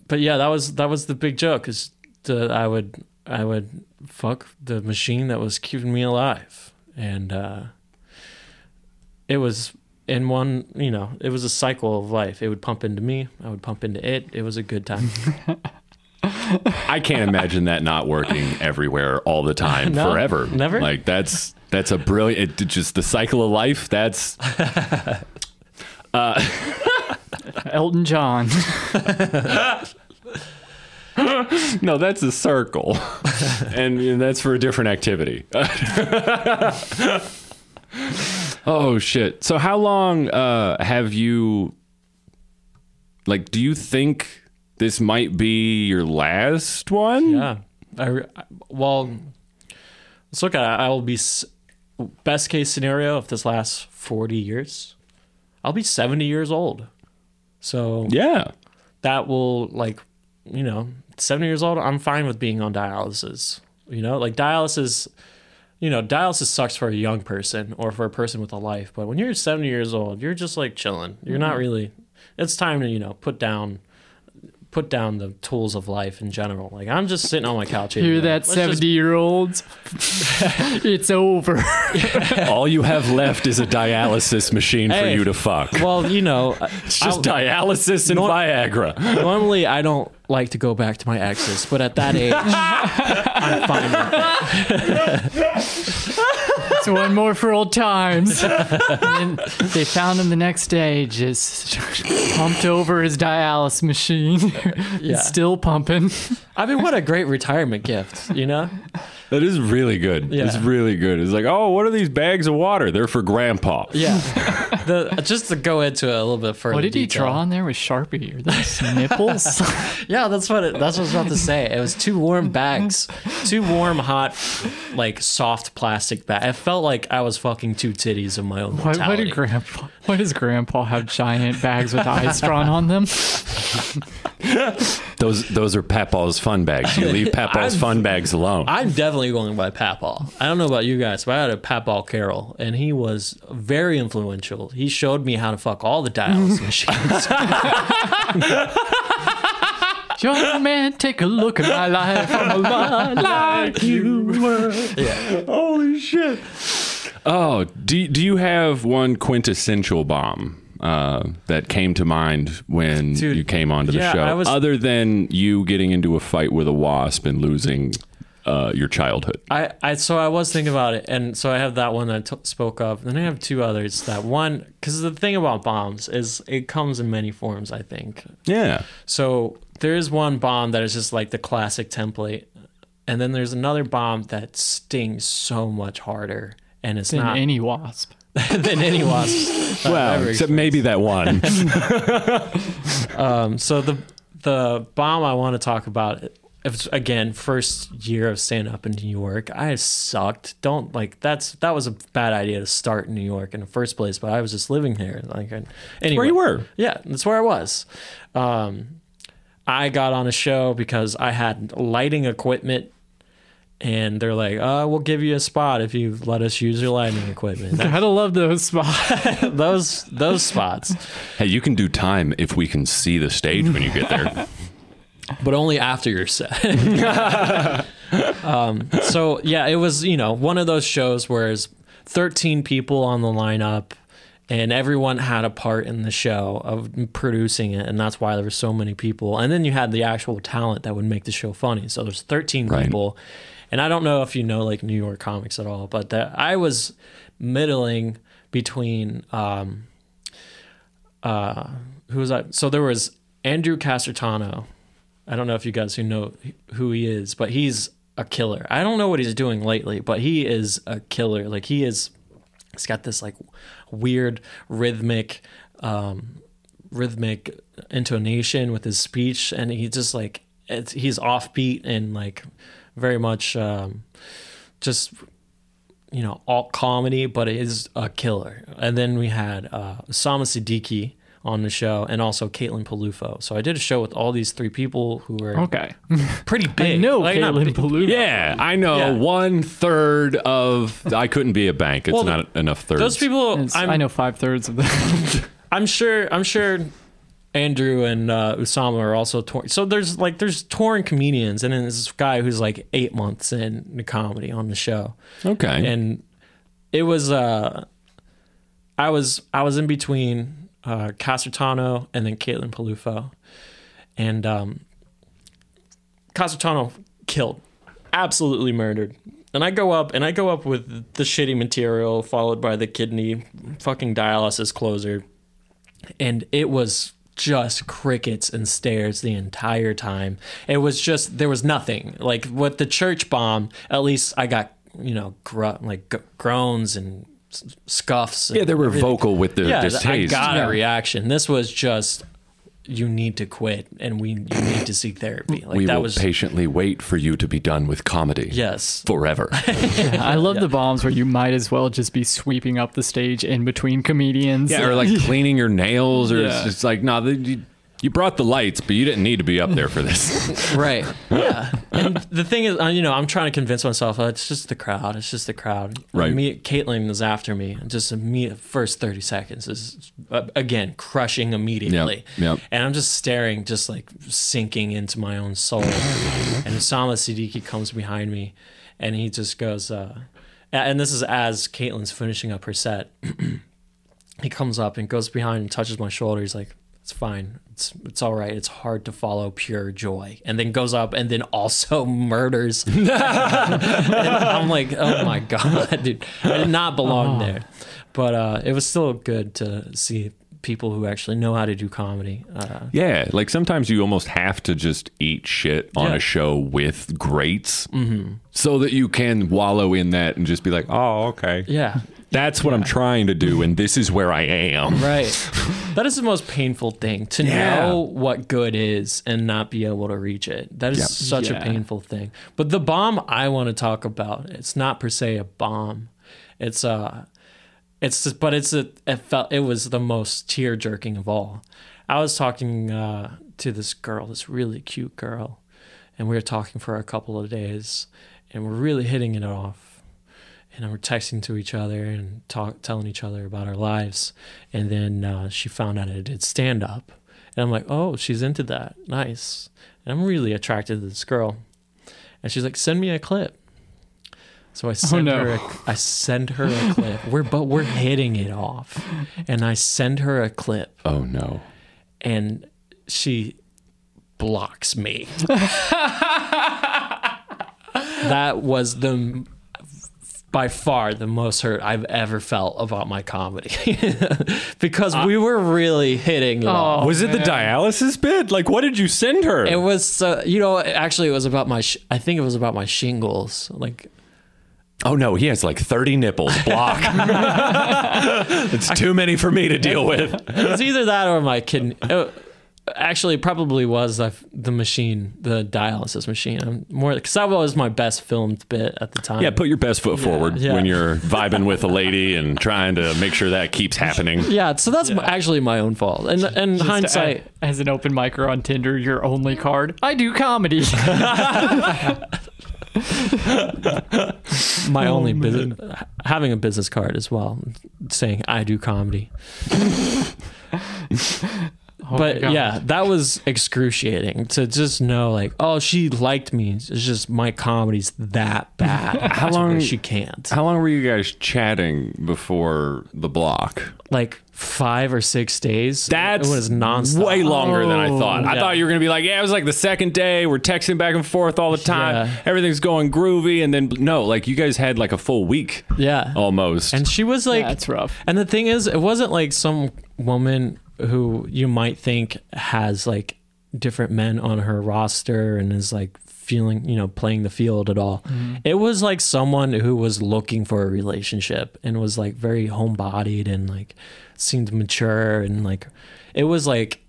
Speaker 3: but yeah, that was that was the big joke is that I would I would fuck the machine that was keeping me alive, and uh, it was in one you know it was a cycle of life. It would pump into me, I would pump into it. It was a good time.
Speaker 2: I can't imagine that not working everywhere all the time
Speaker 3: No,
Speaker 2: forever.
Speaker 3: never.
Speaker 2: Like that's that's a brilliant. It, just the cycle of life. That's
Speaker 1: Elton John.
Speaker 2: no, that's a circle, and, and that's for a different activity. oh shit! So how long uh, have you? Like, do you think this might be your last one?
Speaker 3: yeah, I, re- I- well, let's look at it. I will be s- best case scenario if this lasts forty years, I'll be seventy years old. So
Speaker 2: Yeah.
Speaker 3: that will like you know 70 years old i'm fine with being on dialysis you know like dialysis you know dialysis sucks for a young person or for a person with a life but when you're 70 years old you're just like chilling you're not
Speaker 2: Mm-hmm.
Speaker 3: really it's time to you know put down put down the tools of life in general like i'm just sitting on my couch eating
Speaker 1: Hear
Speaker 3: dinner.
Speaker 1: that,
Speaker 3: Let's just-
Speaker 1: 70 year olds? it's over.
Speaker 2: All you have left is a dialysis machine for
Speaker 3: Hey.
Speaker 2: you to fuck.
Speaker 3: well you know
Speaker 2: It's just dialysis and Viagra.
Speaker 3: normally i don't like to go back to my exes but at that age i'm fine with it.
Speaker 1: It's one more for old times. And then they found him the next day, just pumped over his dialysis machine.
Speaker 3: Yeah.
Speaker 1: It's still pumping.
Speaker 3: i mean what a great retirement gift you know
Speaker 2: That is really good.
Speaker 3: Yeah.
Speaker 2: It's really good. It's like, oh, what are these bags of water? They're for grandpa.
Speaker 3: Yeah. the, just to go into it a little bit further.
Speaker 1: What did he
Speaker 3: detail.
Speaker 1: draw on there with Sharpie? Are those nipples?
Speaker 3: Yeah, that's what it, that's what I was about to say. It was two warm bags, two warm, hot, like soft plastic bag. I felt like I was fucking two titties of my own
Speaker 1: why, why
Speaker 3: mortality.
Speaker 1: did grandpa? Why does grandpa have giant bags with eyes drawn on them?
Speaker 2: Those those are Papa's fun bags. You leave Papa's fun bags alone.
Speaker 3: I'm definitely going by Papal. I don't know about you guys, but I had a Papal Carol, and he was very influential. He showed me how to fuck all the dials machines.
Speaker 1: Young man, take a look at my life. I'm a lot like you.
Speaker 2: Holy shit. Oh, do, do you have one quintessential bomb uh, that came to mind when
Speaker 3: Dude,
Speaker 2: you came onto
Speaker 3: yeah,
Speaker 2: the show?
Speaker 3: I was-
Speaker 2: Other than you getting into a fight with a wasp and losing uh, your childhood.
Speaker 3: I, I so I was thinking about it, and so I have that one I t- spoke of, and then I have two others. That one, because the thing about bombs is it comes in many forms. I think
Speaker 2: Yeah.
Speaker 3: so. There is one bomb that is just like the classic template, and then there's another bomb that stings so much harder, and it's
Speaker 1: Than
Speaker 3: not
Speaker 1: any wasp.
Speaker 3: than any wasp.
Speaker 2: Well, except maybe that one.
Speaker 3: Um, so the the bomb I want to talk about. It's, again, first year of stand up in New York, I sucked. Don't like that's that was a bad idea to start in New York in the first place. But I was just living there. Like I, anyway,
Speaker 2: Where you were.
Speaker 3: Yeah, that's where I was. Um, I got on a show because I had lighting equipment. And they're like, uh, we'll give you a spot if you let us use your lighting equipment.
Speaker 1: Gotta love those spots.
Speaker 3: those those spots.
Speaker 2: Hey, you can do time if we can see the stage when you get there.
Speaker 3: but only after your set. um, so yeah, it was you know one of those shows where it's 13 people on the lineup, and everyone had a part in the show of producing it, and that's why there were so many people. And then you had the actual talent that would make the show funny. So there's 13
Speaker 2: Right.
Speaker 3: people, and I don't know if you know like New York comics at all, but that I was middling between. Um, uh, who was I? So there was Andrew Casertano. I don't know if you guys who know who he is, but he's a killer. I don't know what he's doing lately, but he is a killer. Like he is, he's got this like weird rhythmic, um, rhythmic intonation with his speech, and he just like it's, he's offbeat and like very much um, just you know alt comedy, but it is a killer. And then we had uh, Osama Siddiqui on the show, and also Caitlin Palufo. So I did a show with all these three people who were
Speaker 1: Okay.
Speaker 3: pretty
Speaker 1: I
Speaker 3: big.
Speaker 1: know
Speaker 3: Like, not
Speaker 1: Caitlin
Speaker 3: big-
Speaker 1: Palou.
Speaker 2: yeah, I know
Speaker 3: Yeah.
Speaker 2: one third of. I couldn't be a bank. It's
Speaker 3: Well,
Speaker 2: not enough thirds.
Speaker 3: Those people,
Speaker 1: It's-
Speaker 3: I'm,
Speaker 1: I know five thirds of them.
Speaker 3: I'm sure. I'm sure. Andrew and uh, Usama are also touring. So there's like there's touring comedians, and then there's this guy who's like eight months in the comedy on the show.
Speaker 2: okay.
Speaker 3: and it was uh i was i was in between uh casertano and then caitlin palufo and um casertano killed absolutely murdered and i go up and i go up with the shitty material followed by the kidney fucking dialysis closer and it was just crickets and stares the entire time. It was just there was nothing like with the church bomb. At least I got you know gr- like g- groans and s- scuffs. And
Speaker 2: yeah, they were
Speaker 3: everything.
Speaker 2: vocal with their
Speaker 3: Yeah, I
Speaker 2: distaste.
Speaker 3: got
Speaker 1: Yeah.
Speaker 3: a reaction. This was just you need to quit and we you need to seek therapy. Like
Speaker 2: we
Speaker 3: that
Speaker 2: will
Speaker 3: was
Speaker 2: patiently wait for you to be done with comedy.
Speaker 3: yes.
Speaker 2: Forever.
Speaker 1: I love the bombs where you might as well just be sweeping up the stage in between comedians.
Speaker 2: or like cleaning your nails, or
Speaker 1: Yeah.
Speaker 2: it's just like, no, nah, you, you brought the lights, but you didn't need to be up there for this.
Speaker 3: Right. Yeah. And the thing is, uh, you know, I'm trying to convince myself uh, it's just the crowd. It's just the crowd.
Speaker 2: Right.
Speaker 3: Me, Caitlyn is after me. and Just me, first 30 seconds is uh, again crushing immediately.
Speaker 2: Yep, yep.
Speaker 3: And I'm just staring, just like sinking into my own soul. and Osama Siddiqui comes behind me, and he just goes, uh, a- and this is as Caitlyn's finishing up her set he comes up and goes behind and touches my shoulder. He's like, "It's fine. It's it's all right. It's hard to follow pure joy." And then goes up and then also murders. And I'm like, "Oh my god, dude! I did not belong there." But uh, it was still good to see people who actually know how to do comedy. Uh,
Speaker 2: yeah, like sometimes you almost have to just eat shit on
Speaker 3: Yeah. Mm-hmm.
Speaker 2: a show with greats so that you can wallow in that and just be like, oh, okay.
Speaker 3: yeah,
Speaker 2: That's what I'm trying to do, and this is where I am.
Speaker 3: right. that is the most painful thing to
Speaker 2: Yeah.
Speaker 3: know what good is and not be able to reach it. That is
Speaker 2: Yep.
Speaker 3: such a
Speaker 1: Yeah.
Speaker 3: painful thing. But the bomb I want to talk about, it's not per se a bomb. It's uh it's just, but it's a, it felt it was the most tear jerking of all. I was talking uh, to this girl, this really cute girl, and we were talking for a couple of days, and we're really hitting it off. And we're texting to each other and talk, telling each other about our lives. And then uh, she found out I did stand up, And I'm like, oh, she's into that. Nice. And I'm really attracted to this girl. And she's like, send me a clip. So I send
Speaker 1: no.
Speaker 3: her a, I send her a clip. We're but we're hitting it off. And I send her a clip
Speaker 2: Oh no.
Speaker 3: and she blocks me. that was the by far the most hurt I've ever felt about my comedy because we were really hitting.
Speaker 1: oh.
Speaker 3: it off.
Speaker 2: was it the dialysis bit? Like, what did you send her?
Speaker 3: Oh, It was uh, you know actually it was about my sh- I think it was about my shingles like
Speaker 2: oh no, he has like 30 nipples. Block. it's too many for me to deal with.
Speaker 3: it was either that or my kidney. It actually, it probably was the, the machine, the dialysis machine. I'm more because that was my best filmed bit at the time.
Speaker 2: Yeah, put your best foot forward
Speaker 3: yeah.
Speaker 2: when you're vibing with a lady and trying to make sure that keeps happening.
Speaker 3: Yeah, so that's my- actually my own fault. And and
Speaker 1: Just to
Speaker 3: hindsight,
Speaker 1: add, as an open micer on Tinder, your only card. I do comedy. Oh
Speaker 3: my only business having a business card as well, saying I do comedy. but
Speaker 1: God.
Speaker 3: yeah, that was excruciating to just know like, oh, she liked me. It's just my comedy's that bad. How
Speaker 2: long-
Speaker 3: she can't?
Speaker 2: How long were you guys chatting before the block?
Speaker 3: Like five or six days. it was nonstop. Oh,
Speaker 2: way longer than I thought. I
Speaker 3: Yeah.
Speaker 2: thought you were gonna be like, yeah, it was like the second day. We're texting back and forth all the time.
Speaker 3: Yeah.
Speaker 2: Everything's going groovy, and then no, like you guys had like a full week
Speaker 3: Yeah.
Speaker 2: almost.
Speaker 3: And she was like,
Speaker 1: That's rough.
Speaker 3: And the thing is, it wasn't like some woman who you might think has like different men on her roster and is like feeling, you know, playing the field at all. It was like someone who was looking for a relationship and was like very homebodied and like seemed mature and like it was like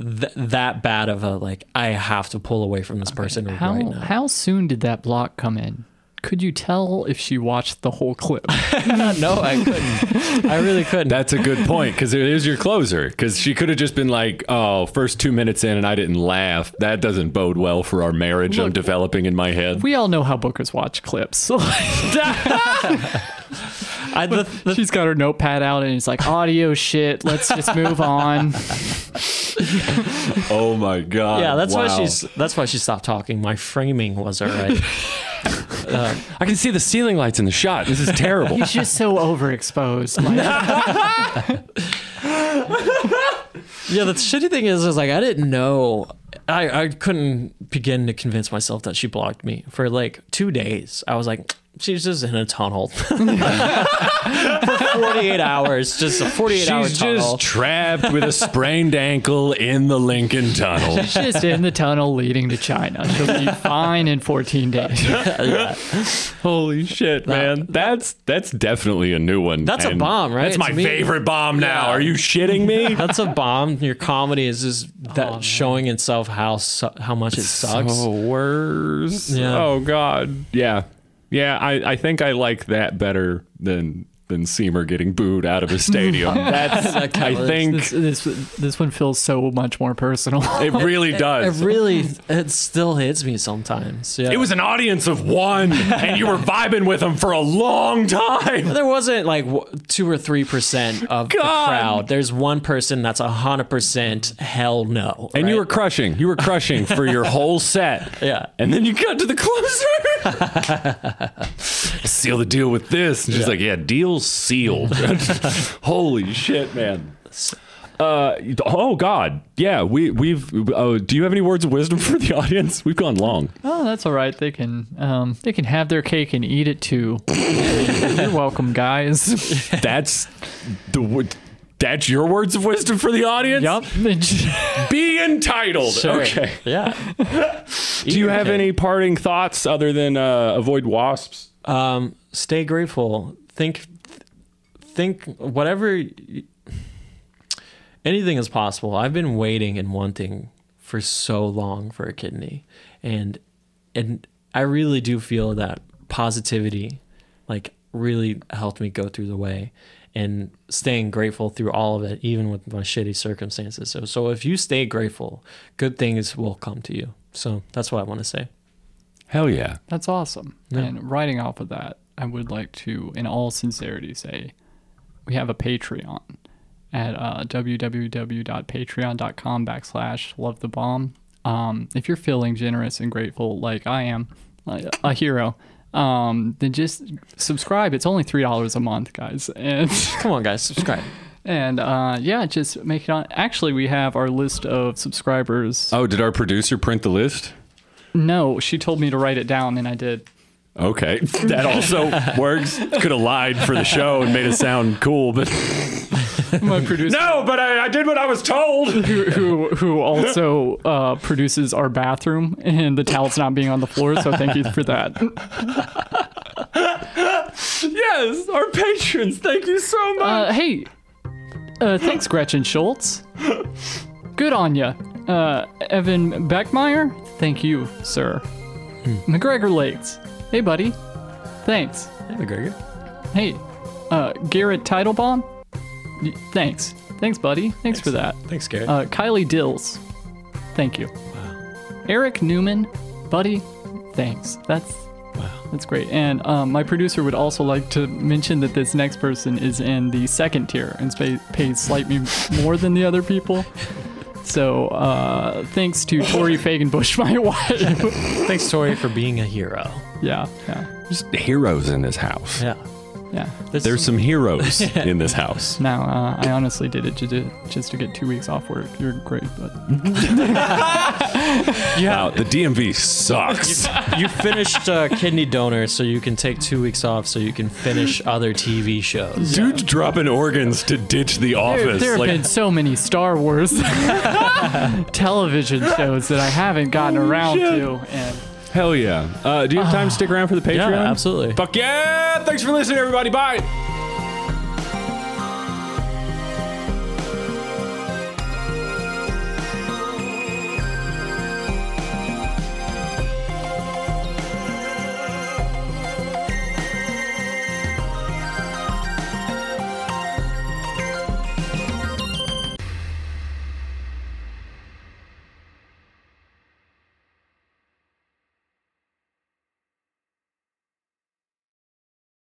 Speaker 3: th- that bad of a like I have to pull away from this person
Speaker 1: How
Speaker 3: right now.
Speaker 1: how soon did that block come in? Could you tell if she watched the whole clip?
Speaker 3: no, I couldn't. I really couldn't.
Speaker 2: That's a good point because it is your closer. Because she could have just been like, "Oh, first two minutes in, and I didn't laugh. That doesn't bode well for our marriage. I'm developing in my head."
Speaker 1: We all know how bookers watch clips. So
Speaker 3: I, the, the
Speaker 1: she's got her notepad out and it's like audio shit. Let's just move on.
Speaker 2: oh my god!
Speaker 3: Yeah, that's why
Speaker 2: wow.
Speaker 3: she's. That's why she stopped talking. My framing was all right.
Speaker 2: I can see the ceiling lights in the shot. This is terrible.
Speaker 1: He's just so overexposed. Like,
Speaker 3: yeah, the shitty thing is, is like I didn't know. I I couldn't begin to convince myself that she blocked me for like two days. I was like, she's just in a tunnel for forty eight hours. Just a forty eight hour
Speaker 2: She's
Speaker 3: tunnel.
Speaker 2: just trapped with a sprained ankle in the Lincoln Tunnel.
Speaker 1: she's just in the tunnel leading to China. She'll be fine in 14 days.
Speaker 2: Holy shit, man! That's that's definitely a new one.
Speaker 3: That's a bomb, right?
Speaker 2: That's my
Speaker 3: To me-
Speaker 2: favorite bomb now.
Speaker 3: Yeah.
Speaker 2: Are you shitting me?
Speaker 3: that's a bomb. Your comedy is just that showing itself how su- how much it sucks.
Speaker 2: Oh, So worse.
Speaker 3: Yeah.
Speaker 2: Oh God. Yeah. Yeah. I, I think I like that better than than Seamer getting booed out of a stadium. That's
Speaker 3: That
Speaker 2: I
Speaker 3: kinda-
Speaker 2: think
Speaker 1: This, this this one feels so much more personal.
Speaker 2: it really
Speaker 3: it
Speaker 2: does. It,
Speaker 3: really it still hits me sometimes. Yeah.
Speaker 2: was an audience of one, and you were vibing with them for a long time.
Speaker 3: There wasn't like w- two or three percent of
Speaker 2: God.
Speaker 3: the crowd. There's one person that's a hundred percent hell no,
Speaker 2: And you
Speaker 3: right?
Speaker 2: were crushing. You were crushing for your whole set.
Speaker 3: Yeah.
Speaker 2: And then you got to the closer. Seal the deal with this. And she's like, yeah, deal sealed. Holy shit, man. Uh, oh God, yeah. We we've. Uh, do you have any words of wisdom for the audience? We've gone long.
Speaker 1: Oh, that's all right. They can um, they can have their cake and eat it too. You're welcome, guys.
Speaker 2: That's the. wo- That's your words of wisdom for the audience.
Speaker 1: Yup.
Speaker 2: Be entitled.
Speaker 3: Sure.
Speaker 2: Okay.
Speaker 3: Yeah.
Speaker 2: Do you have any parting thoughts other than uh, avoid wasps?
Speaker 3: Um, stay grateful. Think, think whatever. y- Anything is possible. I've been waiting and wanting for so long for a kidney, and and I really do feel that positivity, like really helped me go through the way, and staying grateful through all of it, even with my shitty circumstances. So so if you stay grateful, good things will come to you. So that's what I want to say.
Speaker 2: Hell yeah.
Speaker 1: That's awesome. And writing off of that, I would like to, in all sincerity, say we have a Patreon. at uh, www.patreon.com backslash love the bomb. Um, if you're feeling generous and grateful like I am, like a hero, um, then just subscribe. It's only three dollars a month, guys, and
Speaker 3: Come on, guys, subscribe.
Speaker 1: and uh, yeah, just make it on. Actually, we have our list of subscribers.
Speaker 2: Oh, did our producer print the list?
Speaker 1: No, she told me to write it down, and I did.
Speaker 2: Okay, that also works. Could have lied for the show and made it sound cool, but
Speaker 1: My producer.
Speaker 2: no. But I, I did what I was told.
Speaker 1: who who, who also uh, produces our bathroom and the towels not being on the floor. So thank you for that.
Speaker 2: Yes, our patrons. Thank you so much.
Speaker 1: Uh, hey, uh, thanks, Gretchen Schultz. Good on ya, uh, Evan Beckmeyer. Thank you, sir. McGregor Lakes. Hey, buddy. Thanks.
Speaker 3: Hey, McGregor.
Speaker 1: Hey, uh, Garrett Teitelbaum. Y- Thanks. Thanks, buddy. Thanks for that.
Speaker 3: Thanks, Gary.
Speaker 1: Uh, Kylie Dills, thank you. Eric Newman, buddy, thanks. That's that's great. And um, my producer would also like to mention that this next person is in the second tier and spa- pays slightly more than the other people. So uh, thanks to Tori Fagenbush, my wife.
Speaker 3: Thanks, Tori, for being a hero.
Speaker 1: yeah, yeah,
Speaker 2: There's heroes in this house.
Speaker 3: Yeah.
Speaker 1: yeah.
Speaker 3: This
Speaker 2: There's some heroes in this house.
Speaker 1: Now uh, I honestly did it to do, just to get two weeks off work. You're great, but
Speaker 2: Wow, Uh, the DMV sucks.
Speaker 3: you finished uh, kidney donor, so you can take two weeks off, so you can finish other TV shows.
Speaker 2: Dude's dropping organs to ditch the office.
Speaker 1: There, there
Speaker 2: like,
Speaker 1: have been so many Star Wars television shows that I haven't gotten around to. And
Speaker 2: hell yeah. Uh, do you have time to stick around for the Patreon?
Speaker 3: absolutely.
Speaker 2: Fuck yeah! Thanks for listening, everybody. Bye.